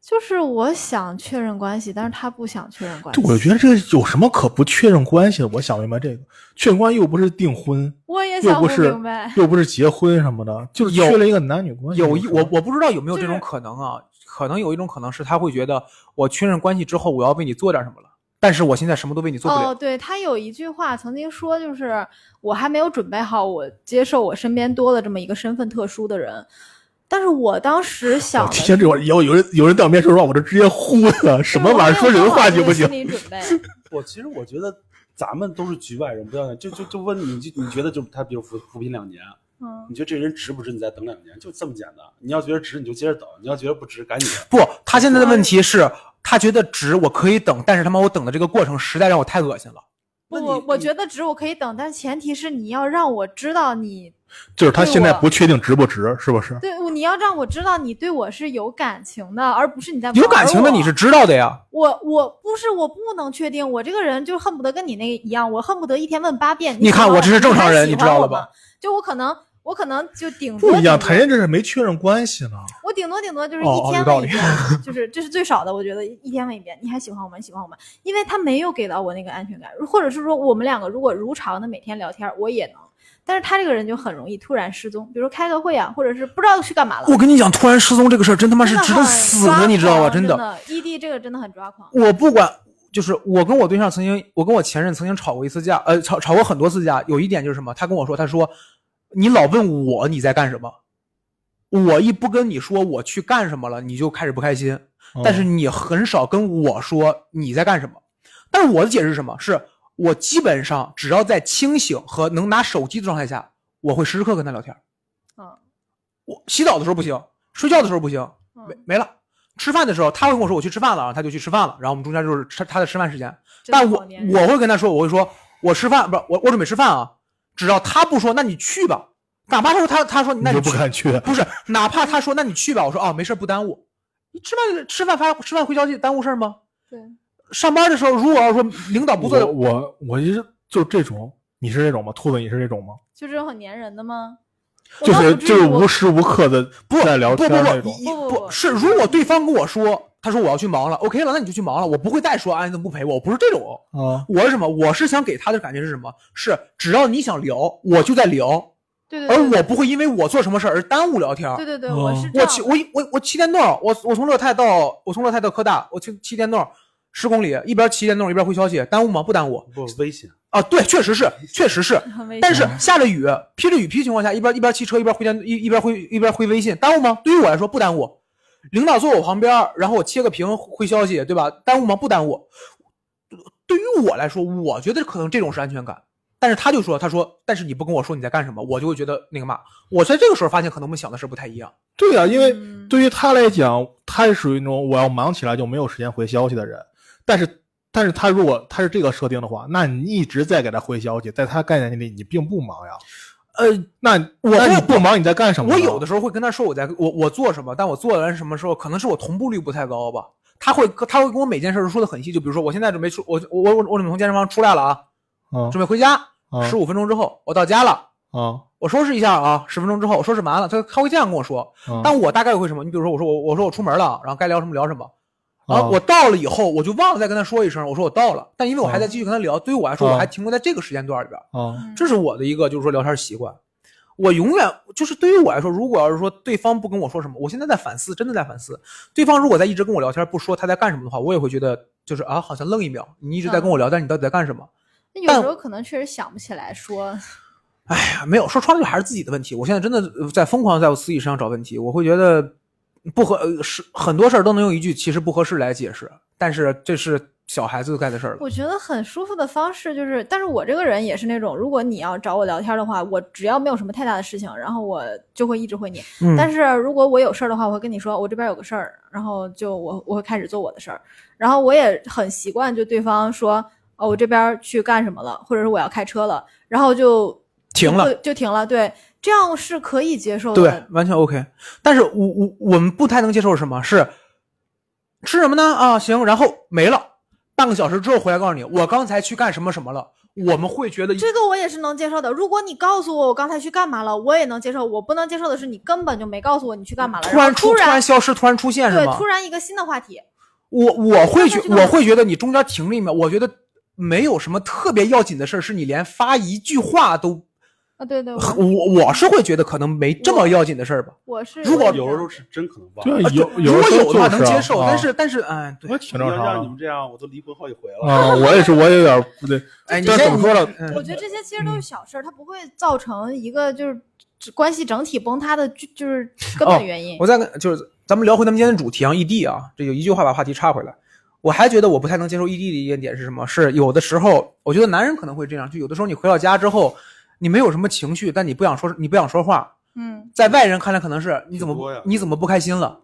就是我想确认关系，但是他不想确认关系对，。我觉得这有什么可不确认关系的？我想明白这个，确认关系又不是订婚，我也又想不是明白，又不是结婚什么的，就是有确认一个男女关系。有一我我不知道有没有这就种是可能啊，可能有一种可能是他会觉得我确认关系之后，我要为你做点什么了，但是我现在什么都为你做不了。哦，对他有一句话曾经说，就是我还没有准备好，我接受我身边多了这么一个身份特殊的人。但是我当时想我的听这会儿有有人有人在我面前说话，我就直接呼他，什么玩意儿？说人话行不行心？理准 备，我其实我觉得咱们都是局外人，不要就就就问你就你觉得就他比如扶扶贫两年，嗯，你觉得这人值不值？你再等两年，就这么简单。你要觉得值，你就接着等；你要觉得不值，赶紧。不，他现在的问题是，他觉得值，我可以等，但是他妈我等的这个过程实在让我太恶心哦了。那你我我你觉得值我可以等，但前提是你要让我知道你就是他现在不确定值不值，是不是？对，你要让我知道你对我是有感情的，而不是你在有玩感情的你我是知道的呀，我我不是我不能确定，我这个人就恨不得跟你那一样，我恨不得一天问八遍。你看喜欢我这是正常人你你知道了吧还喜欢我吗？就我可能我可能就顶多不一样，谈恋爱这是没确认关系呢。我顶多顶多就是哦一哦天有道问一理 遍，就是这是最少的，我觉得一天问一遍。你还喜欢我吗？喜欢我吗？因为他没有给到我那个安全感，或者是说我们两个如果如常的每天聊天，我也能。但是他这个人就很容易突然失踪，比如说开个会啊，或者是不知道去干嘛了。我跟你讲，突然失踪这个事儿，真他妈真是的值很得死抓的，你知道吧？狂真的， ，ED 这个真的很抓狂。我不管，就是我跟我对象曾经，我跟我前任曾经吵过一次架，呃，吵吵过很多次架。有一点就是什么，他跟我说，他说你老问我你在干什么，我一不跟你说我去干什么了，你就开始不开心。但是嗯你很少跟我说你在干什么。但是我的解释是什么？是我基本上只要在清醒和能拿手机的状态下，我会时时刻跟他聊天。嗯我洗澡的时候不行，睡觉的时候不行，没嗯，没了。吃饭的时候，他会跟我说我去吃饭了，然后他就去吃饭了，然后我们中间就是吃他的吃饭时间。真的但我好粘人我会跟他说，我会说我吃饭不是我我准备吃饭啊。只要他不说，那你去吧。哪怕他说他他说那你你就去不敢去，不是，哪怕他说那你去吧，我说哦没事不耽误。你吃饭吃饭发吃饭回消息耽误事儿吗？对，上班的时候如果要说领导不我做，我我就是就是这种，你是这种吗？兔子，你是这种吗？就这种很粘人的吗？我就倒是不至就于是我无时无刻的不在聊不天不那不种。一不不不是，如果对方跟我说他说我要去忙了，OK 了，那你就去忙了，我不会再说哎你怎么不陪我，我不是这种。啊，我是什么？我是想给他的感觉是什么？是只要你想聊，我就在聊，对对而对哦我不会因为我做什么事儿而耽误聊天。对对对，嗯我是这我样骑的我一我我骑电动，我我从乐泰到我从乐泰到科大，我去骑电动十公里，一边骑电动一边回消息，耽误吗？不耽误不危险，啊。对，确实是，确实是。很危险。但是下着雨，披着雨披情况下，一边一边骑车一边回电一一边回一边回微信，耽误吗？对于我来说不耽误。领导坐我旁边，然后我切个屏回消息，对吧？耽误吗？不耽误。对于我来说，我觉得可能这种是安全感。但是他就说，他说，但是你不跟我说你在干什么，我就会觉得那个嘛。我在这个时候发现，可能我们想的事不太一样。对呀、因为嗯对于他来讲，他是属于那种我要忙起来就没有时间回消息的人。但是，但是他如果他是这个设定的话，那你一直在给他回消息，在他概念里你并不忙呀。呃，那我那你会不忙你在干什么呢？我有的时候会跟他说我在我我做什么，但我做完什么时候，可能是我同步率不太高吧。他会他会跟我每件事儿说的很细，就比如说我现在准备出我我我我准备从健身房出来了啊，嗯准备回家，嗯十五分钟之后我到家了，嗯我收拾一下啊，十分钟之后我收拾完了，他他会这样跟我说。嗯，但我大概会什么？你比如说我说我我说我出门了，然后该聊什么聊什么。然后啊我到了以后，我就忘了再跟他说一声，我说我到了。但因为我还在继续跟他聊，对于我来说，啊我还停留在这个时间段里边。嗯嗯这是我的一个就是说聊天习惯。我永远就是对于我来说，如果要是说对方不跟我说什么，我现在在反思，真的在反思。对方如果在一直跟我聊天，不说他在干什么的话，我也会觉得就是啊，好像愣一秒，你一直在跟我聊，但是你到底在干什么？那有但时候可能确实想不起来说，哎呀，没有，说穿了就还是自己的问题。我现在真的呃在疯狂地在我自己身上找问题，我会觉得不合呃是很多事儿都能用一句其实不合适来解释，但是这是小孩子干的事儿了。我觉得很舒服的方式就是，但是我这个人也是那种，如果你要找我聊天的话，我只要没有什么太大的事情，然后我就会一直回你。嗯，但是如果我有事儿的话，我会跟你说我这边有个事儿，然后就我我会开始做我的事儿，然后我也很习惯就对方说哦我这边去干什么了，或者是我要开车了，然后就停了就就停了，对，这样是可以接受对的，，完全 OK。但是我我我们不太能接受是什么是吃什么呢？啊，行，然后没了，半个小时之后回来告诉你，我刚才去干什么什么了。我们会觉得这个我也是能接受的。如果你告诉我我刚才去干嘛了，我也能接受。我不能接受的是你根本就没告诉我你去干嘛了，突然后突出突然消失，突然出现是对吗突？然一个新的话题，我我会觉突然就能我会觉得你中间停了一秒，我觉得没有什么特别要紧的事儿，是你连发一句话都，啊对对，我我是会觉得可能没这么要紧的事儿吧。我是如果有的时候是真可能忘对了。啊有对有如的果时候有的话就能啊接受，但啊是但是哎，对，挺正要让常你的们这样，我都离婚好几回了。啊，我也是，我也有点不对。哎，你但先怎么说呢嗯我觉得这些其实都是小事儿，它不会造成一个就是只关系整体崩塌的，就 就是根哦本原因。我再跟就是咱们聊回咱们今天的主题啊，异地啊，这有一句话把话题岔回来。我还觉得我不太能接受异地的一点点是什么？是有的时候，我觉得男人可能会这样，就有的时候你回到家之后，你没有什么情绪，但你不想说，你不想说话，嗯，在外人看来可能是你怎么挺多呀不你怎么不开心了？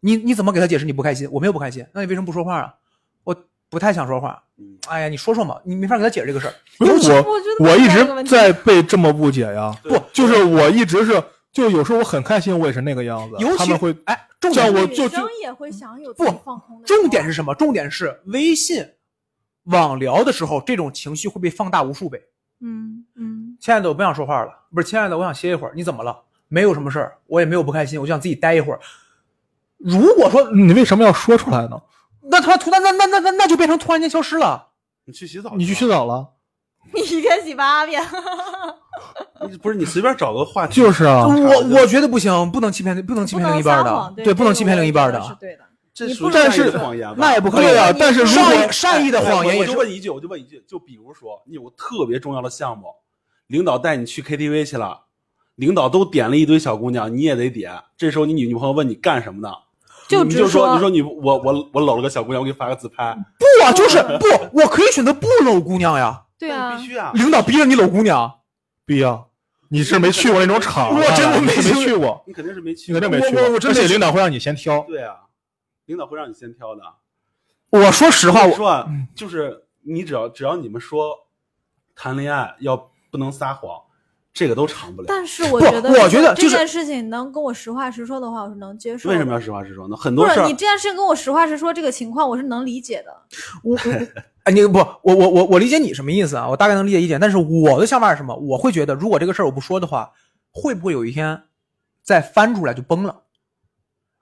你你怎么给他解释你不开心？我没有不开心，那你为什么不说话啊？我不太想说话嗯。哎呀，你说说嘛，你没法给他解释这个事儿。不是我我，觉得我一这个直问题在被这么误解呀。对不就是我一直是，就有时候我很开心，我也是那个样子。尤其他们会哎，重这点样是我女就生就也会想有不自己放空的时候。重点是什么？重点是微信网聊的时候，这种情绪会被放大无数倍。嗯嗯，亲爱的，我不想说话了，不是，亲爱的，我想歇一会儿，你怎么了？没有什么事儿，我也没有不开心，我就想自己待一会儿。如果说呃你为什么要说出来呢？那他妈突然那那那那那就变成突然间消失了，你去洗澡吧，你去洗澡了？你一天洗八遍，你不是你随便找个话题，就是啊，我我觉得不行，不能欺骗不能欺不骗另能一半撒的谎，，对，不能欺骗另一半是的，对的。这你属于不能善意但是的谎言吧？那也不可以啊。对但是如善果意善意的谎言哎我也就是问你一句，我就问一句，就比如说你有个特别重要的项目，领导带你去 KTV 去了，领导都点了一堆小姑娘，你也得点。这时候你女女朋友问你干什么呢？就你直就说你说你我我我搂了个小姑娘，我给你发个自拍。不啊，就是不，我可以选择不搂姑娘呀，对那啊你必，须啊！领导逼着你搂姑娘，必要，啊你是没去过那种场，啊我真的没没去去过，你肯定是没去你过，肯定没我去过。我我真而没且去领导会让你先挑，对啊，领导会让你先挑的。我说实话，我我说啊，嗯就是你只要只要你们说谈恋爱要不能撒谎，这个都长不了。但是我不觉得，我觉得就这是件事情能跟我实话实说的话，我是能接受。为什么？要实话实说呢？很不多是事儿你这件事情跟我实话实说，这个情况我是能理解的。 我哎，你不，我我我我理解你什么意思啊？我大概能理解一点，但是我的想法是什么？我会觉得，如果这个事儿我不说的话，会不会有一天再翻出来就崩了？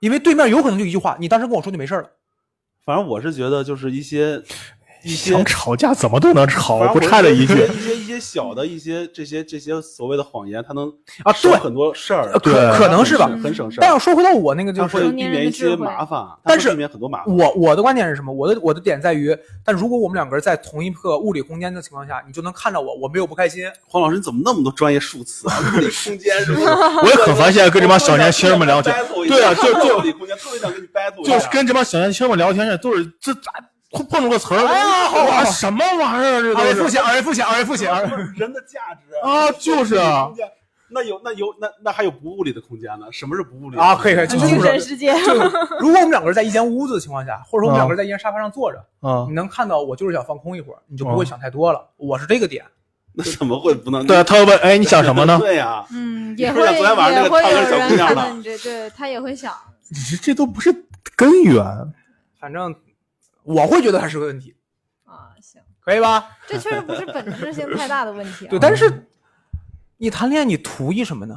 因为对面有可能就一句话，你当时跟我说就没事儿了。反正我是觉得就是一些一些想吵架怎么都能吵反，正不差 这一我句觉。得一些一些小的一些这些这些所谓的谎言，它能啊省对很多事儿，可对可能是吧很省事但要儿，说回到我那个，就它啊会是避成年人免的一些智慧麻烦，它但会是避免很多麻烦。我我的观点是什么？我的我的点在于，但如果我们两个人在同一个物理空间的情况下，你就能看到我，我没有不开心。黄老师，你怎么那么多专业术词啊？物理空间是不是？我也很烦现在跟这帮小年轻人们聊天，对啊，就就就物理空间特别想跟你 battle，一就下是跟这帮小年轻们聊天去，都是这咋碰碰着个词儿？哎呀好好好哇什么玩意儿？啊这二位都父是亲，二位父亲，二位父亲，二位。人的价值啊就是啊空间那有那有那那还有不物理的空间呢？什么是不物理的啊，空可以间可以，就精就神是世界，就是，如果我们两个人在一间屋子的情况下，或者说我们两个人在一间沙发上坐着，啊你，能看到我就是想放空一会儿，你就不会想太多了。我是这个点， 那怎么会不能？对啊，他会问，哎，你想什么呢？ 对呀，嗯，你也说会像昨天晚上那也个会唱歌有小姑人娘看吧到你这，对他也会想，这这都不是根源。反正我会觉得它是个问题，啊，行，可以吧？这确实不是本质性太大的问题、啊。对，但是你谈恋爱，你图一什么呢？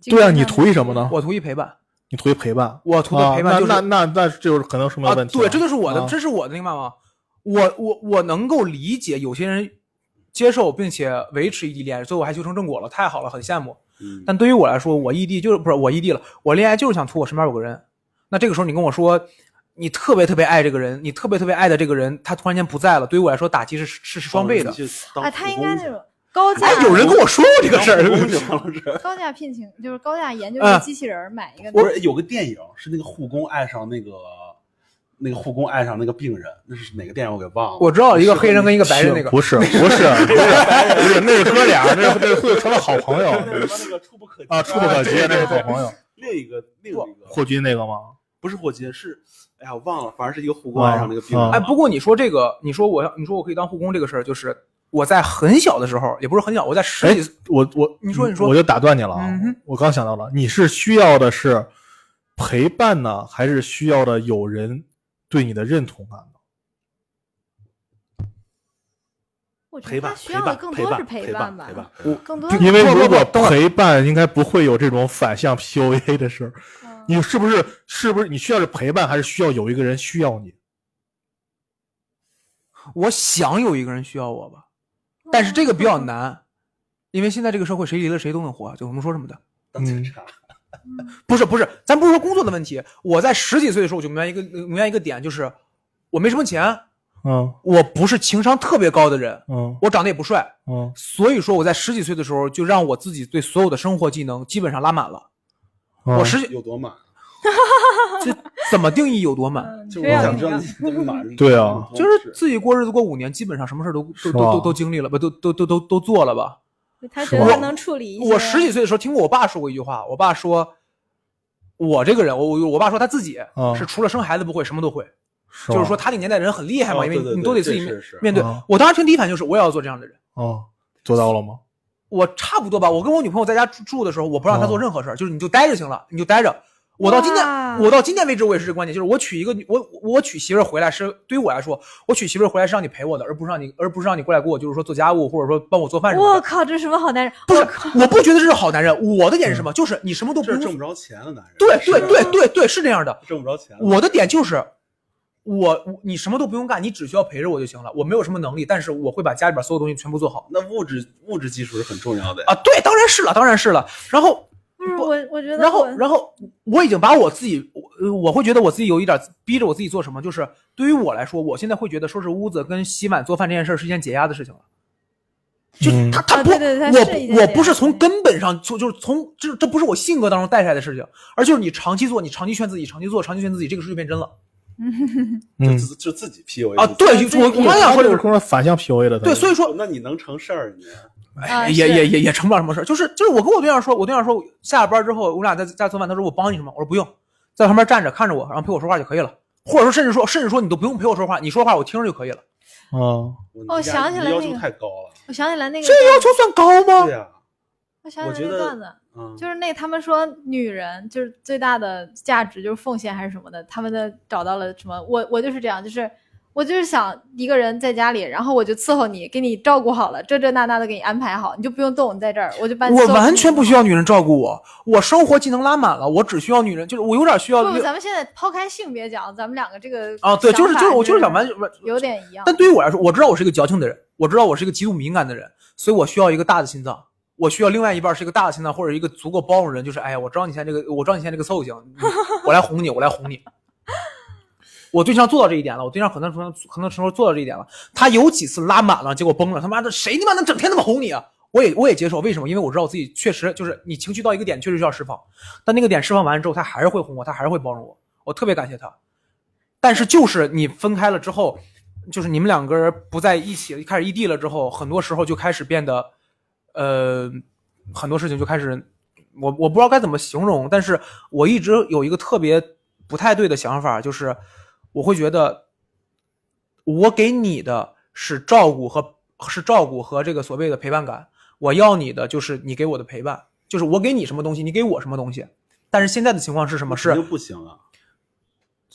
精神对啊，上你的图一什么呢？我图一陪伴，你图一陪伴。我图的陪伴就是啊、那那那那这就是可能说明啊，问题了、对，这就是我的，啊这是我的那个办法。我我我能够理解有些人接受并且维持异地恋，最后还修成正果了，太好了，很羡慕。嗯但对于我来说，我异地就是不是我异地了，我恋爱就是想图我身边有个人。那这个时候你跟我说，你特别特别爱这个人，你特别特别爱的这个人，他突然间不在了，对于我来说打击是是是双倍的哦你。去当哎，他应普该工那去种高价、哎，有人跟我说过这个事 当普工去 黄老儿，师高价聘请，就是高价研究嗯一个机器人儿买一个那不个。是有个电影是那个护工爱上那个那个护工爱上那个病人，那是哪个电影我给忘了。我知道一个黑人跟一个白人那个不是不是不是不是，那是哥俩，那是那是成了好 朋友那个什么那个触不可及啊，触不可及，对那对是对好朋友。另一个另一个霍军那个吗？不是霍杰是，哎呀我忘了，反正是一个护工爱上那个病人。啊哎，不过你说这个，你说我要，你说我可以当护工这个事儿，就是我在很小的时候，也不是很小，我在十哎几岁，，我我你说你说我就打断你了啊嗯哼！我刚想到了，你是需要的是陪伴呢，还是需要的有人对你的认同啊感呢？我觉陪得伴他需陪要的伴更陪多是伴陪陪伴吧，陪伴，更多因为不不如果不等会儿陪伴，应该不会有这种反向 PUA 的事儿。你是不是是不是你需要是陪伴，还是需要有一个人需要你？我想有一个人需要我吧，哦但是这个比较难，因为现在这个社会谁离了谁都能活，就我们说什么的。当警察。不是不是，咱不是说工作的问题。我在十几岁的时候我就明白一个明白一个点，就是我没什么钱，嗯我不是情商特别高的人，嗯我长得也不帅，嗯，所以说我在十几岁的时候就让我自己对所有的生活技能基本上拉满了。我嗯十几有多满？这怎么定义有多满？嗯，就这我样想一知道个你这个满是对啊多就是哦是自己过日子过五年，基本上什么事儿都是都吧都都都经历了吧，都都都都都做了吧。他是觉得吧他能处理一些。我十几岁的时候听过我爸说过一句话，我爸说，我这个人，我我我爸说他自己嗯是除了生孩子不会，什么都会，是就是吧说他那个年代人很厉害嘛，哦因为对对你对都得自这己是面是面对嗯。我当时听第一反应就是我也要做这样的人。哦，做到了吗？我差不多吧，我跟我女朋友在家住住的时候，我不让她做任何事儿，就是你就待着行了，你就待着。我到今天，哦哇我到今天为止，我也是这个观点，就是我娶一个女，我我娶媳妇儿回来是对于我来说，我娶媳妇儿回来是让你陪我的，而不是让你，而不是让你过来给我就是说做家务，或者说帮我做饭什么我的。靠，这什么好男人？不我是靠，嗯我不觉得这是好男人。我的点是什么？就是你什么都不这用是挣不着钱的男人，对是啊对对对对，是这样的。挣不着钱的。我的点就是，我我你什么都不用干，你只需要陪着我就行了。我没有什么能力，但是我会把家里边所有东西全部做好那物质物质基础是很重要的呀。啊。对，当然是了，当然是了。然后不是不我，我觉得然后我，然后我已经把我自己，我呃我会觉得我自己有一点逼着我自己做什么，就是对于我来说，我现在会觉得收拾屋子跟洗碗做饭这件事儿是一件解压的事情了。就嗯他他啊不，对对对它我是一不件我解不是压从对根本上就就是从这这不是我性格当中带出来的事情，而就是你长期做，你长期劝自己，长期做，长期劝自己，这个事就变真了嗯就自就自己 PUA 啊！自己对，自己就我我刚想他说这这个个空反向 PUA 了，对，所以说那你能成事儿你？啊哎也是也也也成不了什么事儿就是就是我跟我对象说，我对象说下了班之后，我俩在家做饭，他说我帮你什么？我说不用，在旁边站着看着我，然后陪我说话就可以了。或者说，甚至说，甚至说你都不用陪我说话，你说话我听着就可以了。嗯，我哦你家想起你来要那求个太高了。我想起来那个这段要子，求算高吗对？呀，我想我起觉来那得段子，嗯，啊就是那他们说女人就是最大的价值就是奉献还是什么的，他们的找到了什么？我我就是这样，就是我就是想一个人在家里，然后我就伺候你，给你照顾好了，这这那那的给你安排好，你就不用动，你在这儿，我就把你我送完全不需要。要女人照顾我，我生活技能拉满了，我只需要女人，就是我有点需要不，咱们现在抛开性别讲，咱们两个这个啊，对，就想是法就是我就是想完完有点一样。但对于我来说，我知道我是一个矫情的人，我知道我是一个极度敏感的人，所以我需要一个大的心脏，我需要另外一半是一个大的心脏或者一个足够包容的人，就是哎呀，我知道你现在这个，我知道你现在这个凑性，你我来哄你，我来哄你。我对象做到这一点了，我对象很多时候很多时候做到这一点了，他有几次拉满了，结果崩了，他妈的谁他妈能整天那么哄你啊？我也我也接受，为什么？因为我知道我自己确实就是你情绪到一个点，确实需要释放，但那个点释放完之后，他还是会哄我，他还是会包容我，我特别感谢他。但是就是你分开了之后，就是你们两个人不在一起，开始异地了之后，很多时候就开始变得，呃，很多事情就开始，我我不知道该怎么形容，但是我一直有一个特别不太对的想法，就是我会觉得，我给你的是照顾和是照顾和这个所谓的陪伴感，我要你的就是你给我的陪伴，就是我给你什么东西，你给我什么东西。但是现在的情况是什么？是肯定不行啊！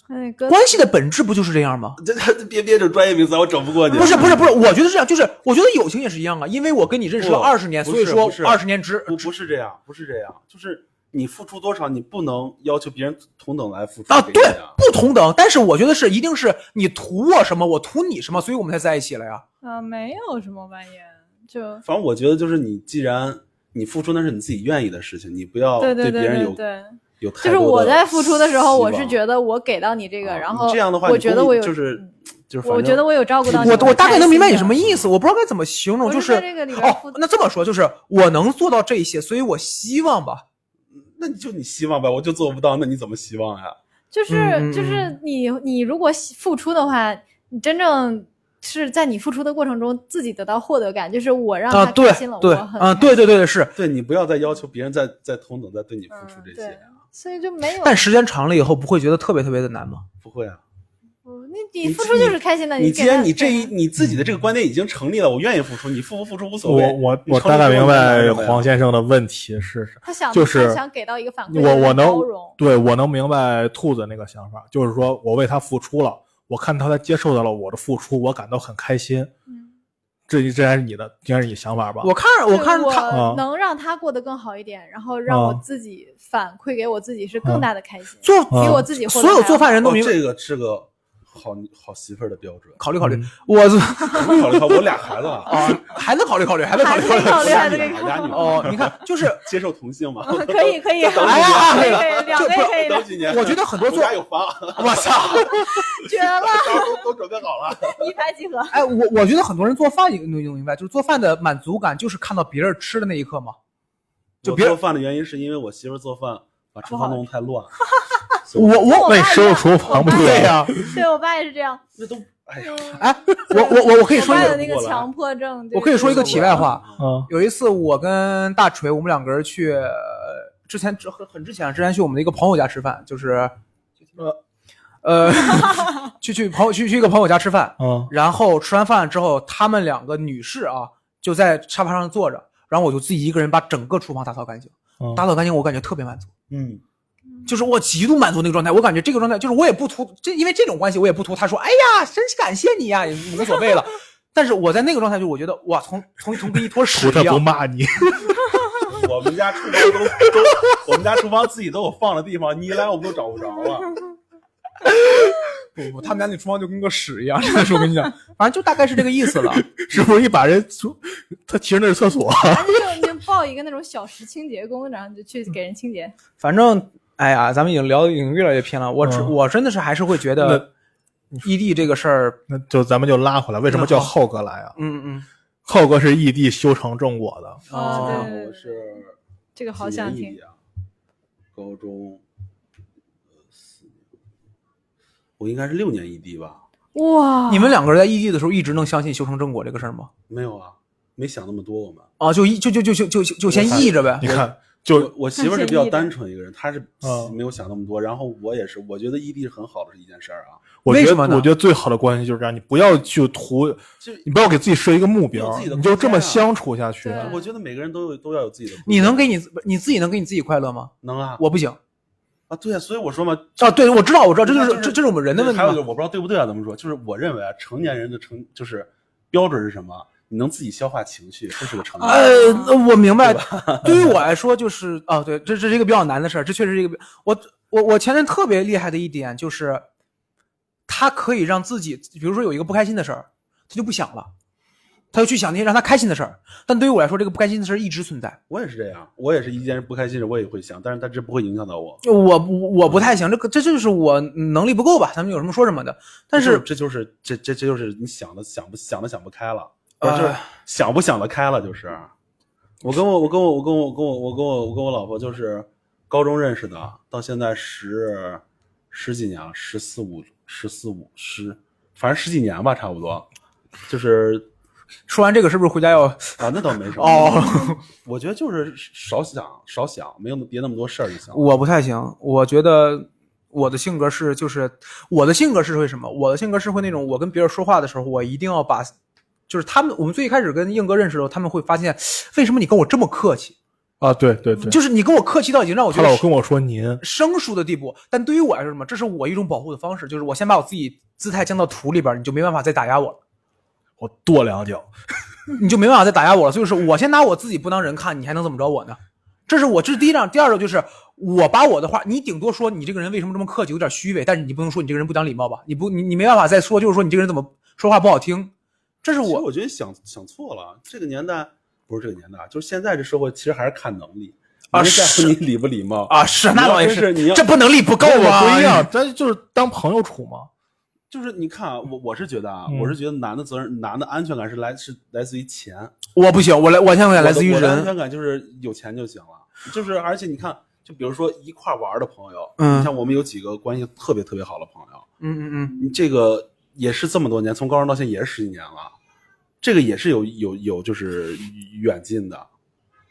哎，哥，关系的本质不就是这样吗？这这别别整专业名词，我整不过你。不是不是不是，我觉得是这样，就是我觉得友情也是一样啊，因为我跟你认识了不二十年，不所以是说不是二十年之不不是这样，不是这样，就是你付出多少，你不能要求别人同等来付出啊，给对你啊，不同等，但是我觉得是一定是你图我什么，我图你什么，所以我们才在一起了呀。啊，没有什么扮演，就反正我觉得就是你，既然你付出那是你自己愿意的事情，你不要对哦别对对人有对对。有就太多是的我在付出的时候，我希是望觉得我给到你这个，啊然你后这样的话，我你觉故得意我有嗯就是就是，我觉得我有照顾到你，我我大概能明白你什么意思。思，我不知道该怎么形容，我就是在这个里边哦负，那这么说就是我能做到这些，所以我希望吧，那你就你希望呗，我就做不到，那你怎么希望呀？就是嗯就嗯是你你如果喜付出的话，你真正是在你付出的过程中自己得到获得感，就是我让啊，他对开心了，对我很啊，开对对对是，对你不要再要求别人再再同等再对你付嗯出这些对，，所以就没有但时间长了以后不会觉得特别特别的难吗？不会啊。嗯你你付出就是开心的，你给既他然你这一对啊你自己的这个观点已经成立了，我愿意付出，你付不付出无所谓。我我你我成立大概之明后你再白说呗黄先生的问题是啥。他想就是啊他想给到一个反馈，我我能包容，对我能明白兔子那个想法，就是说我为他付出了，我看到他接受到了我的付出，我感到很开心。嗯这这还是你的，应该是你想法吧？我看我看就是他，啊我能让他过得更好一点，然后让我啊自己反馈给我自己是更啊大的开心，做比啊我自己获所得有还要做饭人都哦明白。这个是个好好媳妇儿的标准 考虑考虑嗯，我考虑考虑，我俩孩子啊， 啊还能考虑考虑，还能考虑考还虑能考虑俩这女个儿，俩女儿，哦，你看就是。接受 同性嘛？好可以可以，等哎呀好可以对了可以，两这位不可以等的，几年，我觉得很多 我做家有房， 我操！绝了，到时候都都准备好了。一拍即合。哎，我我觉得很多人做饭你能明白，就是做饭的满足感就是看到别人吃的那一刻嘛。就我别做饭的原因是因为我媳妇儿做饭把厨房弄得太乱，哦所以我我我那爸你收拾也厨房不我爸对也呀、对我爸也是这样。嗯那都哎呀，哎，我我我我可以我说一爸个的那个过来强迫症，我可以说一个题外话嗯嗯有一次我跟大锤，我们两个人去呃之前之很很之前啊之前去我们的一个朋友家吃饭，就是呃 去去朋友去去一个朋友家吃饭，嗯然后吃完饭之后，他们两个女士啊就在沙发上坐着，然后我就自己一个人把整个厨房打扫干净，嗯打扫干净我感觉特别满足。嗯，就是我极度满足那个状态，我感觉这个状态就是我也不图这，因为这种关系我也不图他说，哎呀，真是感谢你呀，也无所谓了。 但是我在那个状态就我觉得哇，从从从跟一坨图屎一他不样，骂你，我们家厨房都都，我们家厨房自己都有放的地方，你一来我们都找不着了。哦不不，他们家那厨房就跟个屎一样。真的是我跟你讲， 反正就大概是这个意 思了。是不是一把人从他其实那是厕所，反正就就抱一个那种小时清洁工，然后就去给人清洁。反正哎呀，咱们已经聊的已经越来越偏了。我只、嗯我真的是还是会觉得异地这个事儿，那就咱们就拉回来，为什么叫那好浩哥来啊？嗯嗯，浩哥是异地修成正果的，哦哦对对我对，是这个好想听。。啊高中，呃四年我应该是六年异地吧？哇，你们两个人在异地的时候一直能相信修成正果这个事儿吗？没有啊，没想那么多。我们，啊，就一就就就就就就就先我异着呗你。看就我我媳妇儿是比较单纯一个人，她是嗯没有想那么多。然后我也是，我觉得异地是很好的是一件事儿啊。我为觉什得么呢我觉得最好的关系就是这样，你不要去图，就你不要给自己设一个目有标，自己的你就空这么间啊相处下去。对我觉得每个人都有都要有自己的空间。你能给你你自己能给你自己快乐吗？能啊？我不行啊，对啊，所以我说嘛，啊！对，我知道，我知道，这就那是哦就是这这是我们人的问题还有一个嘛。我不知道对不对啊，怎么说？就是我认为啊，成年人的成就是标准是什么？你能自己消化情绪，这是个成年人。呃，我明白。 对于我来说，就是啊，对，这这是一个比较难的事儿，这确实是一个比我我我前任特别厉害的一点就是，他可以让自己，比如说有一个不开心的事儿，他就不想了，他就去想那些让他开心的事儿。但对于我来说，这个不开心的事儿一直存在。我也是这样，我也是一件不开心的事我也会想，但是它这不会影响到我。就我我不太行，这个这就是我能力不够吧，咱们有什么说什么的。但是这就是这这这就是你想的想不想的想不开了，不呃是、就是想不想得开了，就是。哎我跟我我跟我我跟我跟我我跟我我跟我老婆就是高中认识的，到现在十十几年了，十四五十四五十，反正十几年吧，差不多。就是说完这个，是不是回家要啊，那倒没什么。哦？我觉得就是少想少想，没有那别那么多事儿就行了。我不太行，我觉得我的性格是，就是我的性格是会什么？我的性格是会那种，我跟别人说话的时候，我一定要把，就是他们，我们最开始跟硬哥认识的时候，他们会发现，为什么你跟我这么客气？啊，对对对，就是你跟我客气到已经让我觉他得老是跟我说您，生疏的地步。但对于我来说，什么？这是我一种保护的方式，就是我先把我自己姿态降到土里边儿，你就没办法再打压我了，我跺两脚。你就没办法再打压我了。所以说我先拿我自己不当人看，你还能怎么着我呢？这是我这是第一张，第二个就是我把我的话，你顶多说你这个人为什么这么客气，有点虚伪，但是你不能说你这个人不讲礼貌吧？你不你你没办法再说，就是说你这个人怎么说话不好听，这是其实我我觉得想想错了，这个年代不是这个年代，啊就是现在这社会其实还是看能力，啊没人在乎是你礼不礼貌。啊是那倒也你要真是你要这不能力不够跟我啊，不一样，咱就是当朋友处嘛。就是你看啊，我我是觉得啊，嗯我是觉得男的责任、男的安全感是来是来自于钱，我不行，我来我现在来自于我的我的安人，全感就是有钱就行了，就是而且你看，就比如说一块玩儿的朋友，嗯你像我们有几个关系特别特别好的朋友，嗯嗯嗯，你这个也是这么多年，从高中到现在也是十几年了，这个也是有有有就是远近的。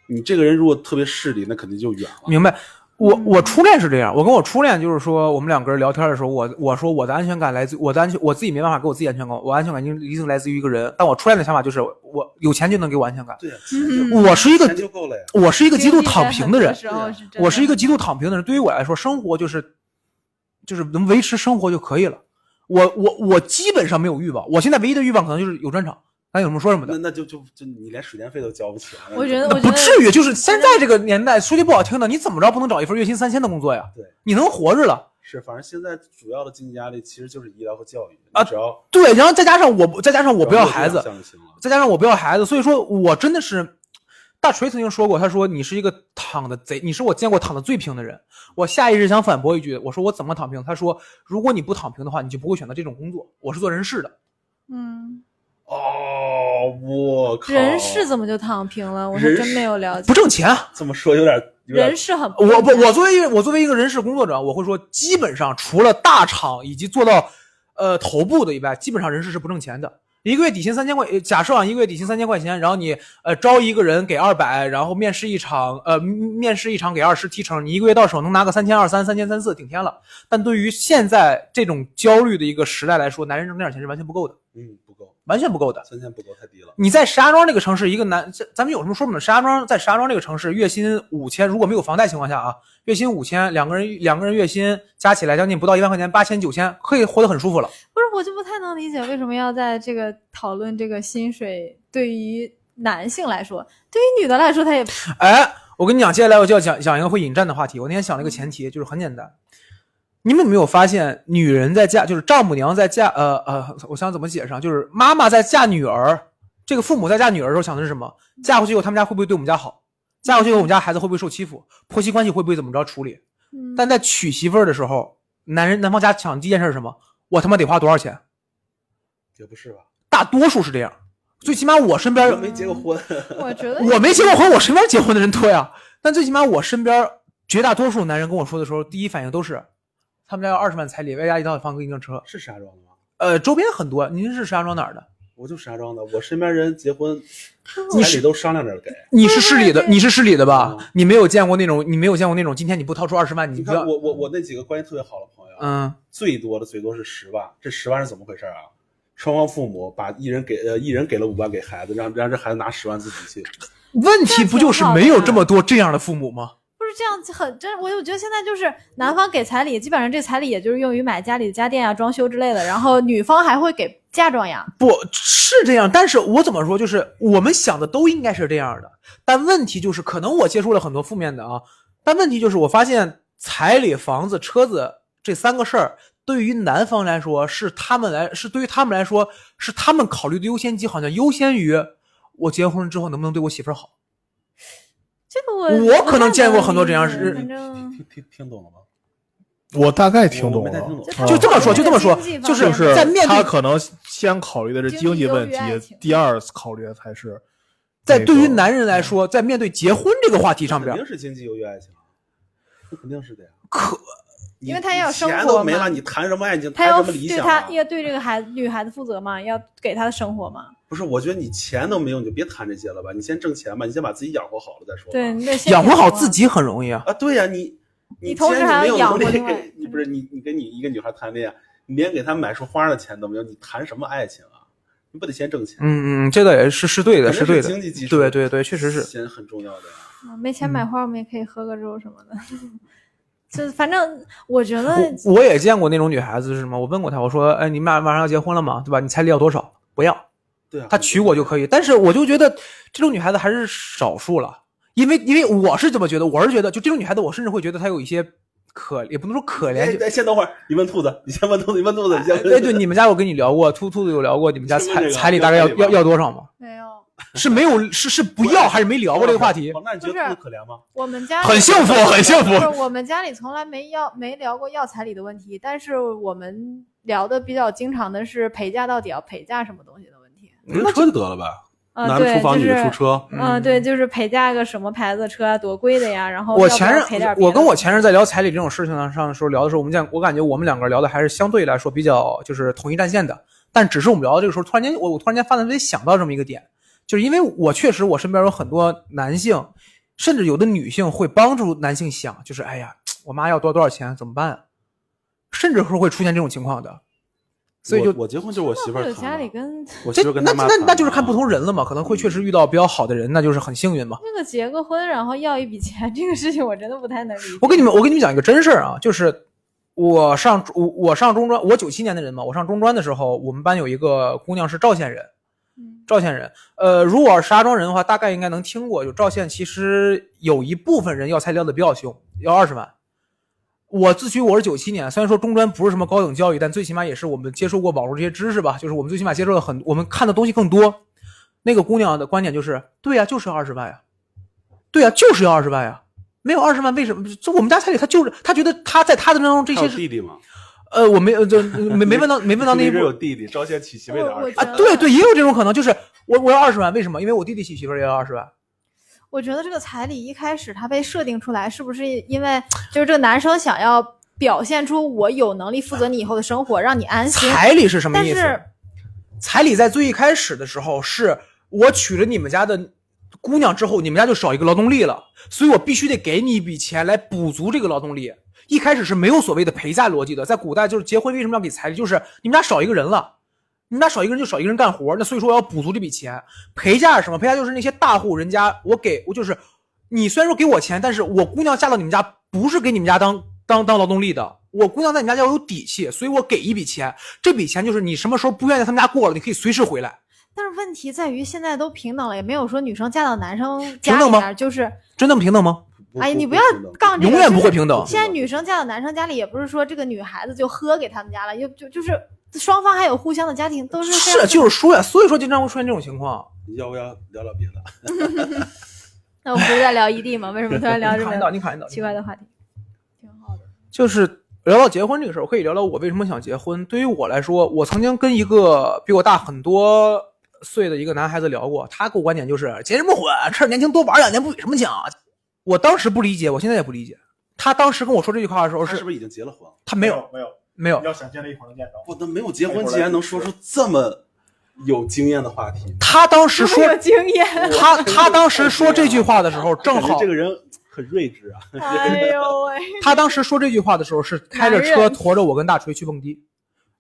你这个人如果特别势利，那肯定就远了。明白。我嗯我初恋是这样，我跟我初恋就是说，我们两个人聊天的时候，我我说我的安全感来自我的安全，我自己没办法给我自己安全感，我安全感一定一定来自于一个人。但我初恋的想法就是，我有钱就能给我安全感。对呀，嗯我是一个钱就够了呀。我是一个极度躺平的人，经历在很多时候真的我是一个极度躺平的人。对于我来说，生活就是就是能维持生活就可以了。我我我基本上没有欲望，我现在唯一的欲望可能就是有专场，咱有什么说什么那的，那就就就你连水电费都交不起了。嗯我觉得那不至于。就是现在这个年代，说句不好听的，你怎么着不能找一份月薪三千的工作呀？对，你能活着了。是，反正现在主要的经济压力其实就是医疗和教育啊只要对，然后再加上我不，再加上我我不要孩子，就行了。再加上我不要孩子，所以说我真的是，大锤曾经说过，他说你是一个躺的贼，你是我见过躺的最平的人。我下意识想反驳一句，我说我怎么躺平？他说如果你不躺平的话，你就不会选择这种工作。我是做人事的，嗯，哦，我靠！人事怎么就躺平了？我还人真事没有了解不。挣钱啊。这么说有点有点人事很我不，我作为一个我作为一个人事工作者，我会说，基本上除了大厂以及做到呃头部的以外，基本上人事是不挣钱的。一个月底薪三千块，呃假设啊，一个月底薪三千块钱，然后你呃招一个人给二百，然后面试一场，呃面试一场给二十提成，你一个月到手能拿个三千二三、三千三四，顶天了。但对于现在这种焦虑的一个时代来说，男人挣这点钱是完全不够的。嗯，不够，完全不够的。三千不够，太低了。你在石家庄这个城市，一个男，这咱们有什么说什么。石家庄在石家庄这个城市，月薪五千，如果没有房贷情况下啊，月薪五千，两个人两个人月薪加起来将近不到一万块钱，八千九千，可以活得很舒服了。不是，我就不太能理解为什么要在这个讨论这个薪水对于男性来说，对于女的来说，他也哎，我跟你讲，接下来我就要讲讲一个会引战的话题。我那天想了一个前提，就是很简单。你们有没有发现，女人在嫁就是丈母娘在嫁，呃呃，我想怎么解释啊？就是妈妈在嫁女儿，这个父母在嫁女儿的时候想的是什么？嫁过去以后，他们家会不会对我们家好？嫁过去以后，我们家孩子会不会受欺负？婆媳关系会不会怎么着处理？嗯但在娶媳妇儿的时候，男人男方家想第一件事是什么？我他妈得花多少钱？也不是吧？大多数是这样，最起码我身边都没结过婚，嗯我觉得我没结过婚，我身边结婚的人多呀。但最起码我身边绝大多数男人跟我说的时候，第一反应都是，他们家要二十万彩礼，外加一套房跟一辆车。是石家庄的吗？呃，周边很多。您是石家庄哪儿的？我就石家庄的，我身边人结婚，你彩是礼都商量着给。你是市里的，你是市里的吧嗯？你没有见过那种，你没有见过那种，今天你不掏出二十万，你你不看要。我我我那几个关系特别好的朋友，嗯，最多的最多是十万，这十万是怎么回事啊？双方父母把一人给呃一人给了五万给孩子，让让这孩子拿十万自己去。问题不就是没有这么多这样的父母吗？不是这样子很真，我就觉得现在就是男方给彩礼，基本上这彩礼也就是用于买家里的家电啊、装修之类的，然后女方还会给嫁妆呀。不是这样，但是我怎么说，就是我们想的都应该是这样的，但问题就是，可能我接触了很多负面的啊，但问题就是，我发现彩礼、房子、车子这三个事儿，对于男方来说是他们来，是对于他们来说是他们考虑的优先级，好像优先于我结婚之后能不能对我媳妇儿好。这个我我可能见过很多这样事，是反正听听听懂了吗？我大概听懂我没太听了懂，啊就这么说，就这么说经济，方就面是就是在面他对可能先考虑的是经济问题经济优于爱情，第二考虑的才是在那对于个男人来说，在面对结婚这个话题上肯边，定是经济优于爱情啊，这肯定是的呀。可你因为他也有生活嘛钱都没了，你谈什么爱情？他谈要什么理对想他啊？要对这个孩子女孩子负责嘛，要给她的生活嘛。不是，我觉得你钱都没有，你就别谈这些了吧。你先挣钱吧，你先把自己养活好了再说吧。对，你得先 养活好嘛自。己很容易啊。啊，对呀、你你既同时然还没要有养能活力另外给，你不是你你跟你一个女孩谈恋爱，你连给她买束花的钱都没有，你谈什么爱情啊？你不得先挣钱？嗯嗯，这个也是是对的，肯定对是的，经济基础对对对，确实是。钱很重要的呀。嗯没钱买花，我们也可以喝个粥什么的。 就是反正我觉得我我也见过那种女孩子是什么？我问过她，我说，哎，你马马上要结婚了吗？对吧？你彩礼要多少？不要，对啊，她娶我就可以。但是我就觉得这种女孩子还是少数了，因为因为我是这么觉得，我是觉得就这种女孩子，我甚至会觉得她有一些可，也不能说可哎。怜，哎就哎，先等会儿，你问兔子，你先问兔子，你问兔子，你先问兔子。哎，对，你们家我跟你聊过，兔兔子有聊过，你们家是问这彩个彩礼大概要要彩礼吧要要多少吗？没有，是没有是是不要还是没聊过这个话题？哦那你觉得兔子可怜吗？我们家很幸福很幸福不是我们家里从来没要没聊过要彩礼的问题，但是我们聊的比较经常的是陪嫁到底要陪嫁什么东西的问题。你车就得了呗，嗯、对，就是车。嗯、对，就是陪嫁个什么牌子的车啊，多贵的呀，然后我要不前要任陪点，别我跟的我前任在聊彩礼这种事情上的时候聊的时候，我们讲，我感觉我们两个聊的还是相对来说比较就是统一战线的，但只是我们聊到这个时候，突然间我我突然间发现自己想到这么一个点，就是因为我确实我身边有很多男性，甚至有的女性会帮助男性想，就是哎呀，我妈要多多少钱怎么办、甚至会会出现这种情况的，所以就我我结婚就是我媳妇会有儿家谈里的，跟 我媳这妇儿跟那她妈那谈嗯那就是的看不同人了嘛，可能会确实遇到比较好的人，那就是很幸运嘛。那个结个婚，然后要一笔钱，这个事情我真的不太能理解。我跟你们，我跟你们讲一个真事儿啊，就是我上我我上中专，我九七年的人嘛，我上中专的时候，我们班有一个姑娘是赵县人，嗯赵县人，呃，如果是石家庄人的话，大概应该能听过，就赵县其实有一部分人要彩礼要的比较凶，要二十万。我自诩我是九七年，虽然说中专不是什么高等教育，但最起码也是我们接受过网络这些知识吧，就是我们最起码接受了很，我们看的东西更多。那个姑娘的观点就是，对呀、就是要二十万呀、对呀、就是要二十万呀、没有二十万为什么？这我们家彩礼，她就是她觉得她在她的当中这她些有是弟弟吗？呃，我没呃这没没问到没问到那一直步，有弟弟，招贤娶媳妇的我我觉儿子得啊，对对，也有这种可能，就是我我要二十万，为什么？因为我弟弟娶媳妇儿也要二十万。我觉得这个彩礼一开始它被设定出来，是不是因为就是这个男生想要表现出我有能力负责你以后的生活，让你安心？彩礼是什么但意思？是彩礼在最一开始的时候，是我娶了你们家的姑娘之后，你们家就少一个劳动力了，所以我必须得给你一笔钱来补足这个劳动力。一开始是没有所谓的陪嫁逻辑的，在古代就是结婚为什么要给彩礼，就是你们家少一个人了，你俩少一个人就少一个人干活，那所以说我要补足这笔钱。陪嫁是什么？陪嫁就是那些大户人家，我给我就是，你虽然说给我钱，但是我姑娘嫁到你们家不是给你们家当当当劳动力的，我姑娘在你们家要有底气，所以我给一笔钱，这笔钱就是你什么时候不愿意在他们家过了，你可以随时回来，但是问题在于现在都平等了，也没有说女生嫁到男生平家等里吗面儿就是，真的平等吗？哎，你不要杠这永个，远就不会是平等。现在女生嫁到男生家里，也不是说这个女孩子就喝给他们家了，又就就是双方还有互相的家庭都是非常是，就是说呀，所以说经常会出现这种情况。要不要聊聊别的？那我们不是在聊异地吗？为什么突然聊你这卡一道，么你卡一道，奇怪的话题？挺好的。就是聊到结婚这个事儿，我可以聊聊我为什么想结婚。对于我来说，我曾经跟一个比我大很多岁的一个男孩子聊过，他给我观点就是结什么婚，啊趁着年轻多玩两年不比什么强。我当时不理解，我现在也不理解。他当时跟我说这句话的时候他是，是不是已经结了婚了？他没有没有，没有，要想建立一婚见证，不，那没有结婚前能说出这么有经验的话题。他当时说没有经验， 他他当时说这句话的时候，正感觉好这个人很睿智啊。哎呦喂，他当时说这句话的时候是开着男车人驮着我跟大锤去蹦迪，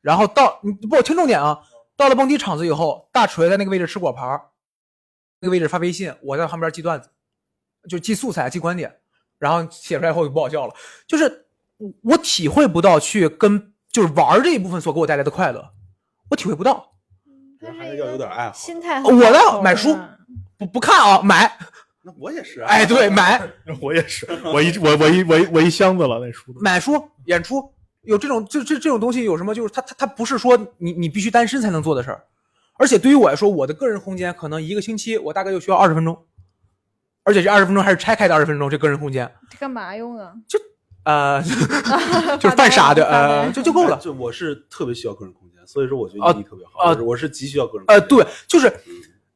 然后到你不听重点啊，到了蹦迪场子以后，大锤在那个位置吃果盘儿，那个位置发微信，我在旁边记段子，就记素材记观点，然后写出来以后就不好笑了，就是我我体会不到去跟就是玩儿这一部分所给我带来的快乐，我体会不到，他还是是一要有点个爱好。心态很我好的。要买书不不看啊买，那我也是、啊。哎对买。 我也是，我一我我一我一我一箱子了那书都。买书、演出，有这种这这这种东西有什么？就是它它它不是说你你必须单身才能做的事儿，而且对于我来说，我的个人空间可能一个星期我大概就需要二十分钟，而且这二十分钟还是拆开的二十分钟，这个人空间，这干嘛用啊？呃， 就是犯傻的，发呆呃，就就够了。就我是特别需要个人空间，所以说我觉啊得你特别好。啊我是我是极需要个人空呃，间。对，就是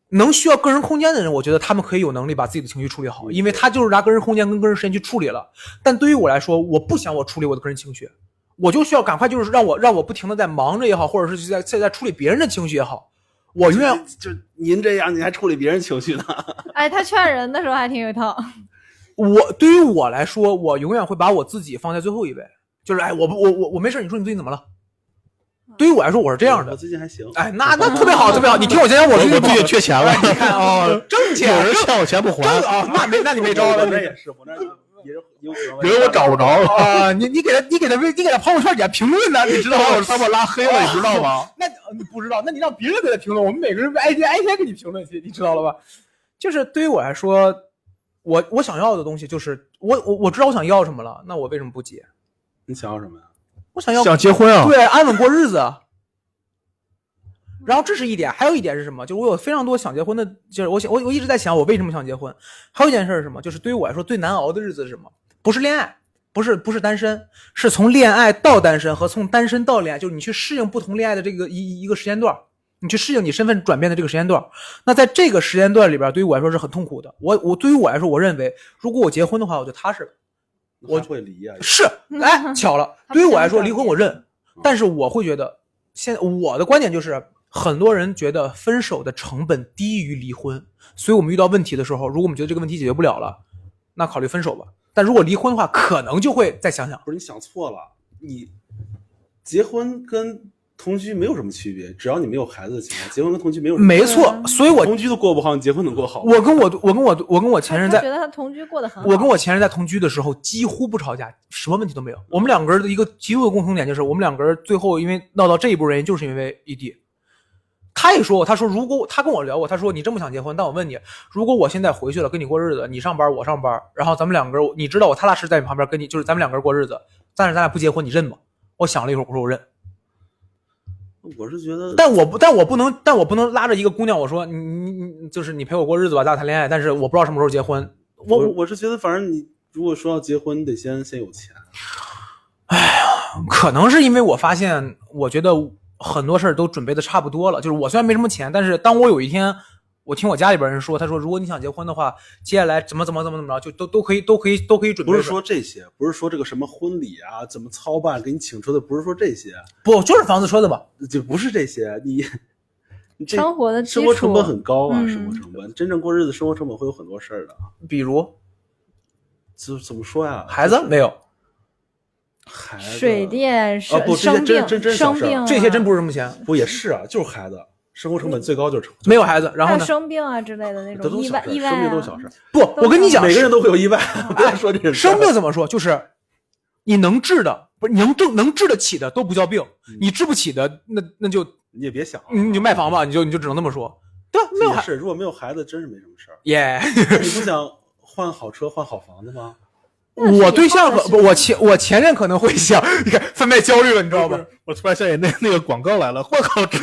能需要个人空间的人，我觉得他们可以有能力把自己的情绪处理好，嗯因为他就是拿个人空间跟个人时间去处理了。但对于我来说，我不想我处理我的个人情绪，我就需要赶快就是让我让我不停的在忙着也好，或者是在在在处理别人的情绪也好，我永远就就您这样，你还处理别人情绪呢？哎，他劝人的时候还挺有一套。我对于我来说，我永远会把我自己放在最后一位，就是哎，我不我我我没事，你说你最近怎么了？对于我来说，我是这样我的。最近还行。哎，那那特别好，特别好。你听我讲讲我我最我近不最好近缺钱了 哎，你看哦，挣钱，有人挣欠我钱不还，挣啊，那没那你没招了我，那也是，我那也是有可能人我找不着了。啊，你你给他你给他微你给他朋友圈底下 评论呢，你知道吗？他把我拉黑了，你知道吗？那你不知道，那你让别人给他评论，我们每个人挨天挨天给你评论去，你知道了吧？就是对于我来说，我我想要的东西就是我我我知道我想要什么了，那我为什么不结？你想要什么呀？我想要想结婚啊？对安稳过日子。然后这是一点，还有一点是什么？就是我有非常多想结婚的，就是我想我我一直在想我为什么想结婚。还有一件事是什么？就是对于我来说最难熬的日子是什么？不是恋爱，不是不是单身，是从恋爱到单身和从单身到恋爱，就是你去适应不同恋爱的这个一一个时间段儿，你去适应你身份转变的这个时间段儿。那在这个时间段里边儿，对于我来说是很痛苦的。我我对于我来说，我认为如果我结婚的话，我就踏实了。我还会离啊。是，哎，巧了，他对于不我想来说，转离婚变我认，但是我会觉得，现我的观点就是，很多人觉得分手的成本低于离婚，所以我们遇到问题的时候，如果我们觉得这个问题解决不了了，那考虑分手吧。但如果离婚的话，可能就会再想想。不是你想错了，你结婚跟同居没有什么区别，只要你没有孩子的情况，结婚跟同居没有什么区没错，所以别我同居都过不好，你结婚能过好吗？我跟我我跟我我跟我前任他在觉得他同居过得很好。我跟我前任在同居的时候几乎不吵架，什么问题都没有。我们两个人的一个极度的共同点就是，我们两个人最后因为闹到这一步，原因就是因为异地。他也说过，他说如果他跟我聊过，他说你这么想结婚，但我问你，如果我现在回去了跟你过日子，你上班我上班，然后咱们两个人，你知道我踏踏实实在你旁边跟你，就是咱们两个人过日子，但是咱俩不结婚，你认吗？我想了一会儿，我说我认，我是觉得，但我不，但我不能，但我不能拉着一个姑娘，我说你你你，就是你陪我过日子吧，咱俩谈恋爱，但是我不知道什么时候结婚，我我我是觉得，反正你如果说要结婚，你得先先有钱。可能是因为我发现，我觉得很多事儿都准备的差不多了。就是我虽然没什么钱，但是当我有一天，我听我家里边人说，他说如果你想结婚的话，接下来怎么怎么怎么怎么着，就都都可以都可以都可以准备不着。是说这些，不是说这个什么婚礼啊，怎么操办，给你请出的，不是说这些，不就是房子车子吧？就不是这些。你你这生活的基生活成础本很高啊，嗯生活成本真正过日子，生活成本会有很多事儿的。啊比如就怎么说呀？孩子没有，孩子水电、啊不生生这些真病、真真是小生事儿病啊，这些真不是什 么钱，不也是啊，就是孩子，生活成本最高就是成没有孩子，然还后有呢？生病啊之类的那这种都意是外小事，意外生病都是啊，小事，不，我跟你讲，每个人都会有意外，不要说这个生病怎么说？就是你能治的，不是你能治能治得起的都不叫病，嗯你治不起的，那那就你也别想啊，你你就卖房吧，你就你就只能那么说，对吧？没有也孩是，如果没有孩子，真是没什么 事儿。耶。那你不想换好车、换好房子吗？那是我对象以后的可事不，我前我前任可能会想，你看贩卖焦虑了，你知道吧？我突然想起那那个广告来了，换好车。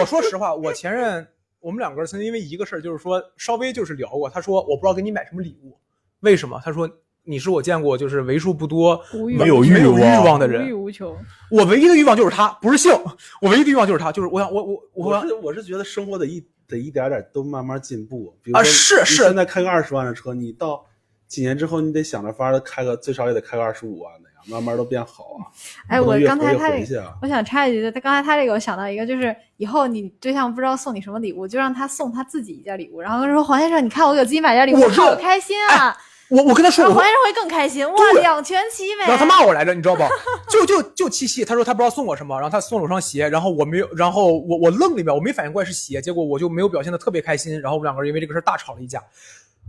我说实话，我前任我们两个曾经因为一个事儿，就是说稍微就是聊过。他说我不知道给你买什么礼物，为什么？他说你是我见过就是为数不多无欲没有欲欲望望的无欲人。无求，我唯一的欲望就是他，不是性。我唯一的欲望就是他，就是我想我我我我是我是觉得生活得一得一点点都慢慢进步。比如啊说你是是现在开个二十万的车，你到几年之后，你得想着法儿的开个最少也得开个二十五万的呀，慢慢都变好啊。哎，不能我越刚活才越他回去啊。我想插一句，他刚才他这个，我想到一个，就是以后你对象不知道送你什么礼物，就让他送他自己一件礼物，然后说黄先生，你看我给我自己买件礼物，我说好开心啊！我我跟他说哎然后我黄。先生会更开心，哇，对两全其美。然后他骂我来着，你知道不？就就就七夕，他说他不知道送我什么，然后他送了我双鞋，然后我没有，然后我我愣了一秒，我没反应过来是鞋，结果我就没有表现的特别开心，然后我们两个人因为这个事儿大吵了一架。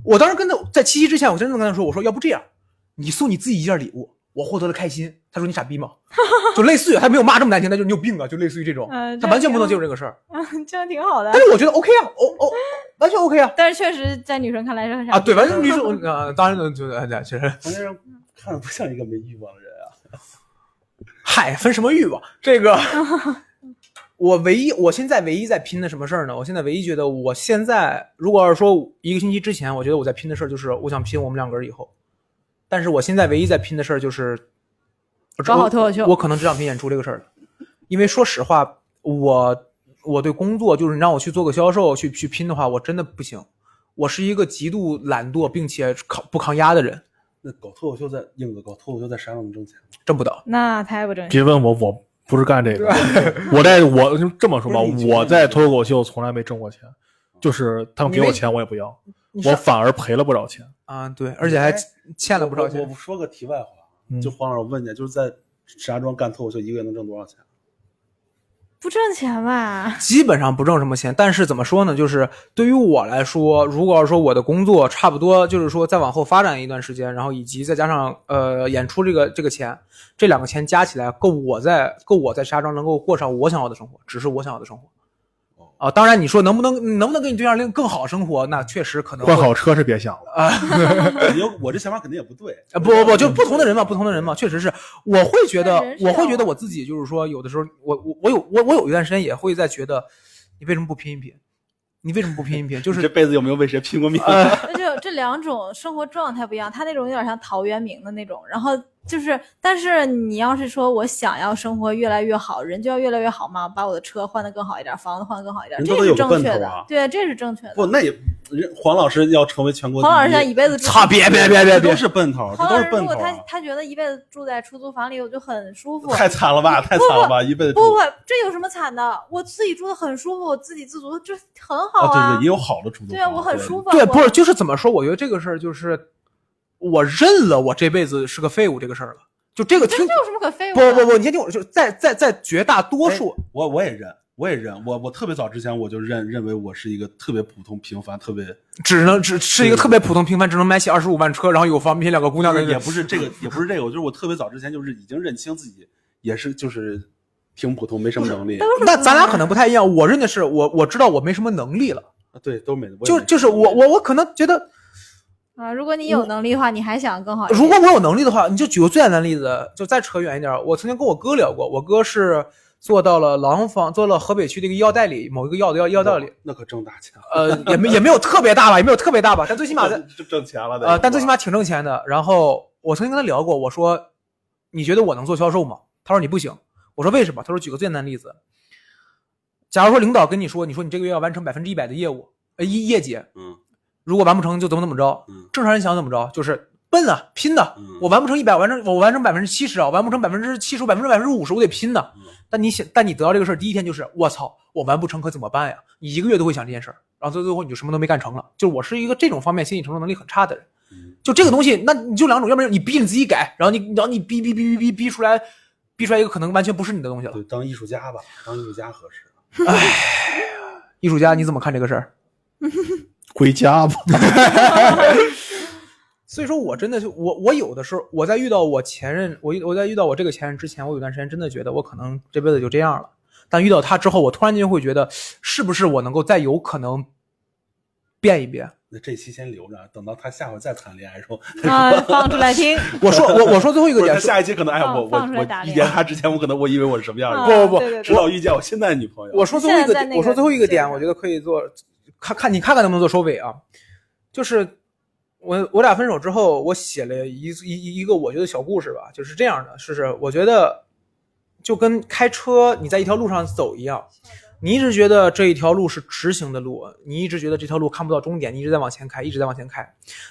我当时跟他在七夕之前，我真的跟他说，我说要不这样，你送你自己一件礼物，我获得了开心。他说你傻逼吗？ 就类似于他没有骂这么难听，他就是你有病啊，就类似于这种嗯，他完全不能接受这个事儿。这样挺好的哎但，是我觉得 OK 啊，哦哦，完全 OK 啊。但是确实在女生看来是很傻啊，逼对，完全女生，呃，当然就就哎确实，黄先生看着不像一个没欲望的人啊。嗨，分什么欲望？这个，我唯一，我现在唯一在拼的什么事儿呢？我现在唯一觉得，我现在如果要是说一个星期之前，我觉得我在拼的事儿就是我想拼我们两个人以后，但是我现在唯一在拼的事儿就是我搞好脱口秀我可能只想拼演出这个事儿了，因为说实话，我我对工作就是你让我去做个销售去去拼的话，我真的不行。我是一个极度懒惰并且抗不抗压的人，那搞脱口秀在硬哥搞脱口秀在山上能挣钱吗？挣不到。那太不正确。别问我，我不是干这个。我在我就这么说吧，不是你我在脱口秀从来没挣过钱，就是他们给你我没钱我也不要，你我是反而赔了不少钱。啊，对，而且还哎欠了不少我我钱不。说个题外话啊，嗯就黄老师，我问你，就是在石家庄干脱口秀，一个月能挣多少钱？不挣钱吧？基本上不挣什么钱，但是怎么说呢？就是对于我来说，如果要是说我的工作差不多，就是说再往后发展一段时间，然后以及再加上呃演出这个这个钱，这两个钱加起来够我在够我在石家庄能够过上我想要的生活，只是我想要的生活。啊，当然你说能不能能不能跟你对象另更好生活，那确实可能会换好车是别想了，你要我这想法肯定也不对。啊，不不不，就不同的人嘛，不同的人嘛，确实是，我会觉得看人，是我会要觉得我自己就是说，有的时候，我我我有我我有一段时间也会在觉得，你为什么不拼一拼？你为什么不拼一拼？就啊就是这辈子有没有为谁拼过命？那就这两种生活状态不一样，他那种有点像陶渊明的那种，然后就是，但是你要是说我想要生活越来越好，人就要越来越好嘛，把我的车换得更好一点，房子换得更好一点，人这都得是有个正奔确头的，啊对，这是正确的。不，那也人黄老师要成为全国黄老师第一现在一辈子住操， 别别别别这别都，是奔头，这黄都老是师如奔果头他啊。他觉得一辈子住在出租房里，我就很舒服。太惨了吧，太惨了吧，一辈子不不住，这有什么惨的？我自己住的很舒服，我自给自足，这很好啊，对对，对也有好的主动。啊，我很舒服。服啊。对，我不是，就是怎么说？我觉得这个事儿就是，我认了我这辈子是个废物这个事儿了。就这个这听，这有什么可废物啊不的？不不，你先听我，就是在在在绝大多哎数，我我也认，我也认，我我特别早之前我就认认为我是一个特别普通平凡，特别只能只是一嗯个特别普通平凡，只能买起二十五万车，然后有房，并且两个姑娘的也人，也不是这个，也不是这个，我就是我特别早之前就是已经认清自己也是就是挺普通，没什么能力。那咱啊俩可能不太一样，我认的是我我知道我没什么能力了，啊对，都没我也就没就是我我我可能觉得，啊，如果你有能力的话，你还想更好一点。如果我有能力的话，你就举个最简单的例子，就再扯远一点，我曾经跟我哥聊过，我哥是做到了廊坊，做了河北区的一个药代理，某一个药的药药代理，那可挣大钱了，呃，也没也没有特别大吧，也没有特别大吧，但最起码在就 挣钱了得呃，但最起码挺挣钱的。然后我曾经跟他聊过，我说：“你觉得我能做销售吗？”他说：“你不行。”我说：“为什么？”他说：“举个最简单的例子，假如说领导跟你说，你说你这个月要完成百分之一百的业务，呃，业业绩，嗯，如果完不成就怎么怎么着。嗯正常人想怎么着，就是笨啊，拼的嗯。我完不成一百，我完成我完成百分之七十啊，我完不成百分之七十，百分之百分之五十，我得拼的嗯。但你想，但你得到这个事儿第一天就是我操，我完不成可怎么办呀？你一个月都会想这件事儿，然后到最后你就什么都没干成了。就我是一个这种方面心理承受能力很差的人。嗯就这个东西，那你就两种，要不然你逼你自己改，然后你然后你逼逼逼逼逼逼出来，逼出来一个可能完全不是你的东西了对，。当艺术家吧，当艺术家合适。啊艺术家你怎么看这个事儿？回家吧。所以说我真的就我我有的时候我在遇到我前任，我我在遇到我这个前任之前，我有段时间真的觉得我可能这辈子就这样了。但遇到他之后，我突然间会觉得，是不是我能够再有可能变一变？那这期先留着，啊等到他下回再谈恋爱的时候，啊，放出来听，我说我我说最后一不个是点他是，下一期可能哎呀，放我我放出来打我脸遇见他之前，我可能我以为我是什么样的人，啊不不不对对直对到遇见我现在的女朋友。我说最后一现个在点，那我说个最后一个点，阶我觉得可以做，看看你看看能不能做收尾啊。就是我我俩分手之后，我写了一一一个我觉得小故事吧，就是这样的，是是，我觉得就跟开车你在一条路上走一样，你一直觉得这一条路是直行的路，你一直觉得这条路看不到终点，你一直在往前开，一直在往前开，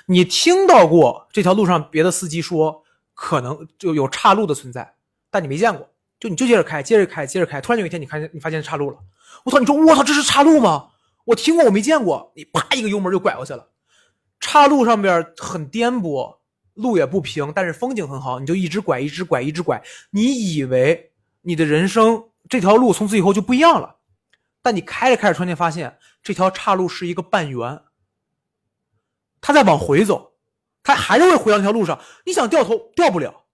你听到过这条路上别的司机说可能就有岔路的存在，但你没见过。就你就接着开，接着开，接着开，突然有一天你看见你发现岔路了，我操！你说我操，这是岔路吗？我听过，我没见过。你啪一个油门就拐过去了，岔路上边很颠簸，路也不平，但是风景很好，你就一直拐，一直拐，一直拐。你以为你的人生这条路从此以后就不一样了，但你开着开着，突然间发现这条岔路是一个半圆，它在往回走，它还是会回到那条路上。你想掉头掉不了，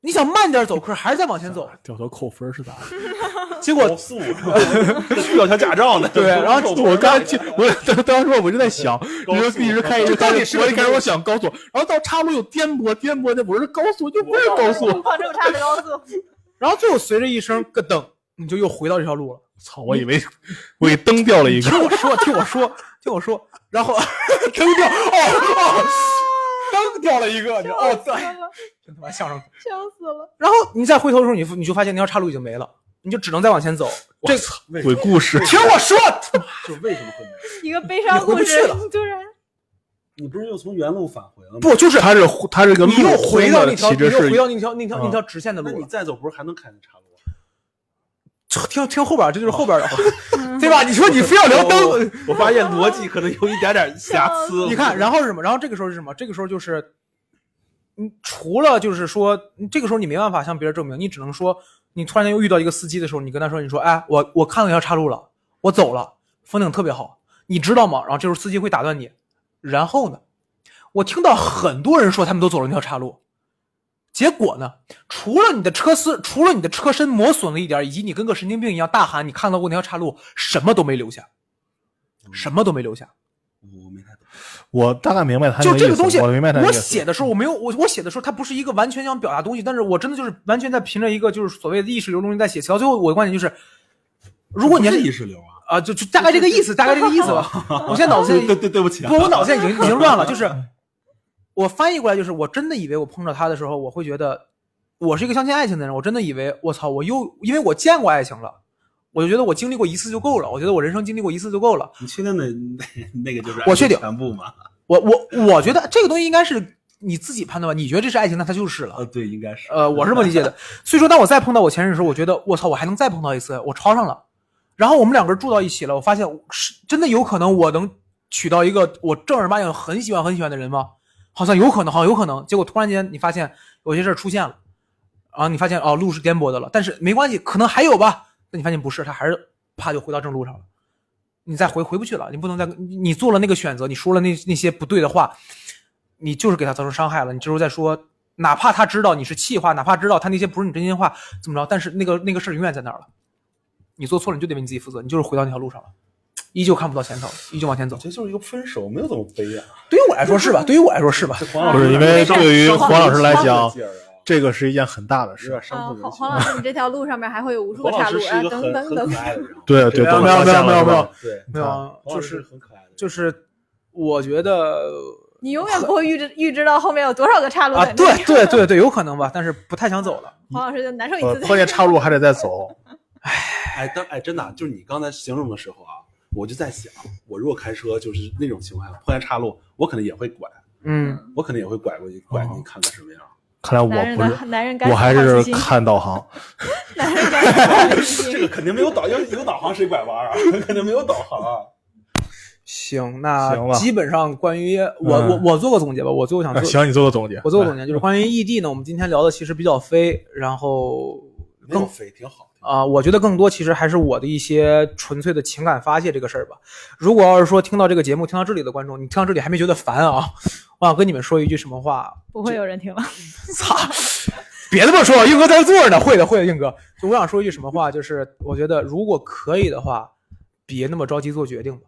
你想慢点走，可是还是在往前走。掉头扣分是啊咋的？结果高速， 要条驾照呢。 对啊然后我刚才去，我当当时我就在想，你说一直开一直开，到我底是个一开始我想高速，然后到岔路又颠簸颠簸，那不是高速就不是高速。放这么差的高速，然后最后随着一声咯噔，你就又回到这条路了。操！我以为我给蹬掉了一个听。我说，听我说，听我说，然后 蹬掉，哦哦，蹬掉了一个，你 哦，对，真他妈相声。笑死了！然后你再回头的时候，你你就发现那条岔路已经没了，你就只能再往前走。这这鬼故事，听我说，就为什么会没有？一个悲伤你回不故事去了，突然你不是又从原路返回了吗？不就是它是它这个路你又回到那条，其你实又是回到那条那条嗯那条直线的那路你了。再走不是还能看见岔路啊？听听后边，这就是后边的，对吧？你说 你非要聊哦我蹬，我发现逻辑可能有一点点瑕疵。 你看，然后是什么？然后这个时候是什么？这个时候就是，你除了就是说，你这个时候你没办法向别人证明，你只能说，你突然间又遇到一个司机的时候，你跟他说，你说，哎，我我看到一条岔路了，我走了，风景特别好，你知道吗？然后这时候司机会打断你，然后呢，我听到很多人说他们都走了那条岔路。结果呢？除了你的车丝，除了你的车身磨损了一点，以及你跟个神经病一样大喊你看到过那条岔路，什么都没留下，什么都没留下。我没太懂。我大概明白它那就这意个思东西，我明白它那意思写的时候我没有我我写的时候，它不是一个完全想表达东西，但是我真的就是完全在凭着一个就是所谓的意识流中在写。写到最后，我的观点就是，如果你这不要是是意识流啊，啊，就就大概这个意思，大概这个意思 吧。我现在脑子对里对对，对不起啊不，，我脑子现在已经已经乱 了，就是我翻译过来就是，我真的以为我碰到他的时候，我会觉得我是一个相信爱情的人，我真的以为我操，我又因为我见过爱情了，我就觉得我经历过一次就够了，我觉得我人生经历过一次就够了。你确定那那那个就是我确定全部吗？我我我觉得这个东西应该是你自己判断吧，你觉得这是爱情，那它就是了啊，。对，应该是。呃，我是这么理解的。所以说，当我再碰到我前任的时候，我觉得我操，我还能再碰到一次，我超上了。然后我们两个人住到一起了，我发现是真的有可能我能娶到一个我正儿八经很喜欢很喜欢的人吗？好像有可能，好像有可能。结果突然间你发现有些事儿出现了，然后你发现哦路是颠簸的了，但是没关系，可能还有吧。那你发现不是，他还是啪就回到正路上了。你再回回不去了，你不能再你你做了那个选择，你说了那那些不对的话，你就是给他造成伤害了。你这时候再说，哪怕他知道你是气话，哪怕知道他那些不是你真心话，怎么着？但是那个那个事儿永远在那儿了。你做错了，你就得为你自己负责，你就是回到那条路上了，依旧看不到前头，依旧往前走我。觉得就是一个分手，没有怎么悲啊。对于我来说是吧？对于我来说是吧？ 这黄老不师是因为对于黄老师来有讲，点这个是一件很大的事。啊，伤透黄人黄心。老师，你这条路上面还会有无数个黄老呃岔师路是啊一，个等很等很等可，爱的人。啊对对，没有等一下没没有有没有，对，没有啊，黄就老师是很可爱的人。就是，我觉得你永远不会预知预知到后面有多少个 岔路啊，在那里对对对对，有可能吧，但是不太想走了。黄老师就难受一呃次，碰见岔路还得再走。哎，但哎，真的啊，就是你刚才形容的时候啊，我就在想，我如果开车就是那种情况下碰见岔路，我可能也会拐，嗯，我可能也会拐过去，拐哦你看看什么样。看来我男人呃不是的，男人该我还是好奇心看导航。 男人该好奇 这心哦 个肯定没有导，有有导航谁拐弯啊？肯定没有导航啊。行，行吧那基本上关于我、嗯我我做个总结吧，我最后想哎做，行，你做个总结。我做个来总结就是关于异地呢，我们今天聊的其实比较飞，然后没更有肥挺 好。啊、我觉得更多其实还是我的一些纯粹的情感发泄这个事儿吧。如果要是说听到这个节目听到这里的观众，你听到这里还没觉得烦啊， 我想跟你们说一句什么话，不会有人听了。操！别这么说，硬哥在这儿呢。会的，会的，硬哥。就我想说一句什么话，就是我觉得如果可以的话，别那么着急做决定吧。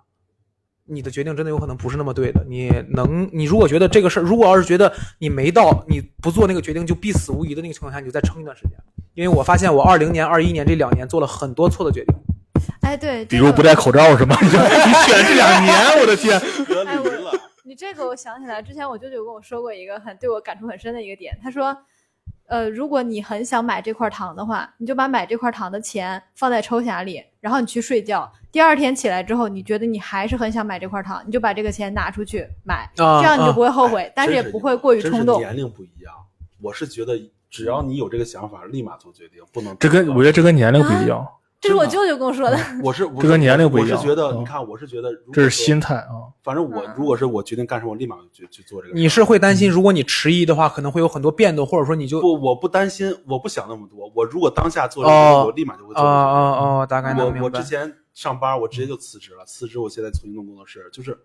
你的决定真的有可能不是那么对的。你能，你如果觉得这个事儿，如果要是觉得你没到，你不做那个决定就必死无疑的那个情况下，你就再撑一段时间。因为我发现我二零年、二一年这两年做了很多错的决定。哎，对，比这如个不戴口罩是吗？你选这两年，我的天！别哎驴了，你这个我想起来，之前我舅舅跟我说过一个很对我感触很深的一个点，他说，呃，如果你很想买这块糖的话，你就把买这块糖的钱放在抽匣里，然后你去睡觉。第二天起来之后，你觉得你还是很想买这块糖，你就把这个钱拿出去买，啊这样你就不会后哎悔，但是真也不会过于真冲是啊动。年龄不一样，我是觉得只要你有这个想法，立马做决定，不能这跟我觉得这跟年龄不一样，这是我舅舅跟我说的。我是我这跟年龄不一样我是觉得，嗯你看，我是觉得，这是心。态啊。反正嗯我如果是我决定干什么，我立马就去做这个事。你是会担心，如果你迟疑的话，可能会有很多变动，或者说你就不，我不担心，我不想那么多。我如果当下做这个决哦定，我立马就会做这啊个决定。啊啊！大概能我明我白嗯之。前上班，我直接就辞职了，辞职我现在重新弄工作室，就是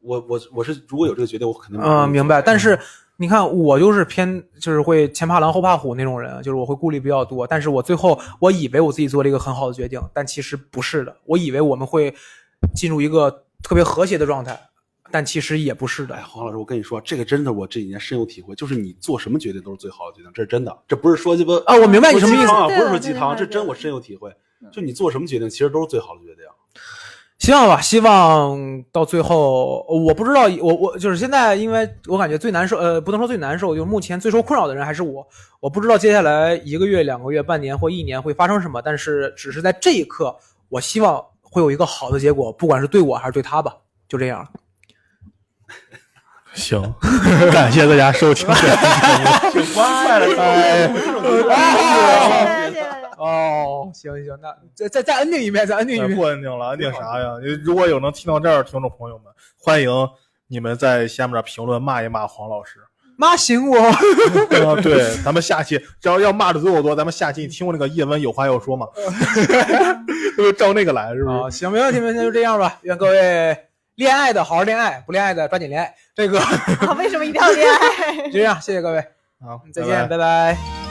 我我我是如果有这个决定，我肯定马上嗯，就明白。做但是你看，我就是偏就是会前怕狼后怕虎那种人，就是我会顾虑比较多。但是我最后我以为我自己做了一个很好的决定，但其实不是的。我以为我们会进入一个特别和谐的状态，但其实也不是的哎，。黄老师，我跟你说，这个真的我这几年深有体会，就是你做什么决定都是最好的决定，这是真的，这不是说鸡巴啊，我明白不你是什么鸡意思对。汤啊，对不是对说对鸡汤，对这对真我深有体会。就你做什么决定，其实都是最好的决定。希望吧，希望到最后，我不知道，我我就是现在，因为我感觉最难受，呃，不能说最难受，就是目前最受困扰的人还是我。我不知道接下来一个月、两个月、半年或一年会发生什么，但是只是在这一刻，我希望会有一个好的结果，不管是对我还是对他吧，就这样了。行，感谢大家收听。挺欢快的，哎， 谢谢谢谢哦， 行行，那再再再 ending 一遍，再 ending 一遍不。安定了，安定啥呀？如果有能听到这儿的听众朋友们，欢迎你们在下面评论骂一骂黄老师。妈醒我，啊，对，咱们下期只要要骂的足够多，咱们下期你听过那个叶问有话要 说吗？就照那个来，是不是？啊，行，没问题，没问题，就这样吧。愿各位恋爱的好好恋爱，不恋爱的抓紧恋爱。这个啊为什么一定要恋爱？就这样，谢谢各位，嗯好，再拜见，拜拜拜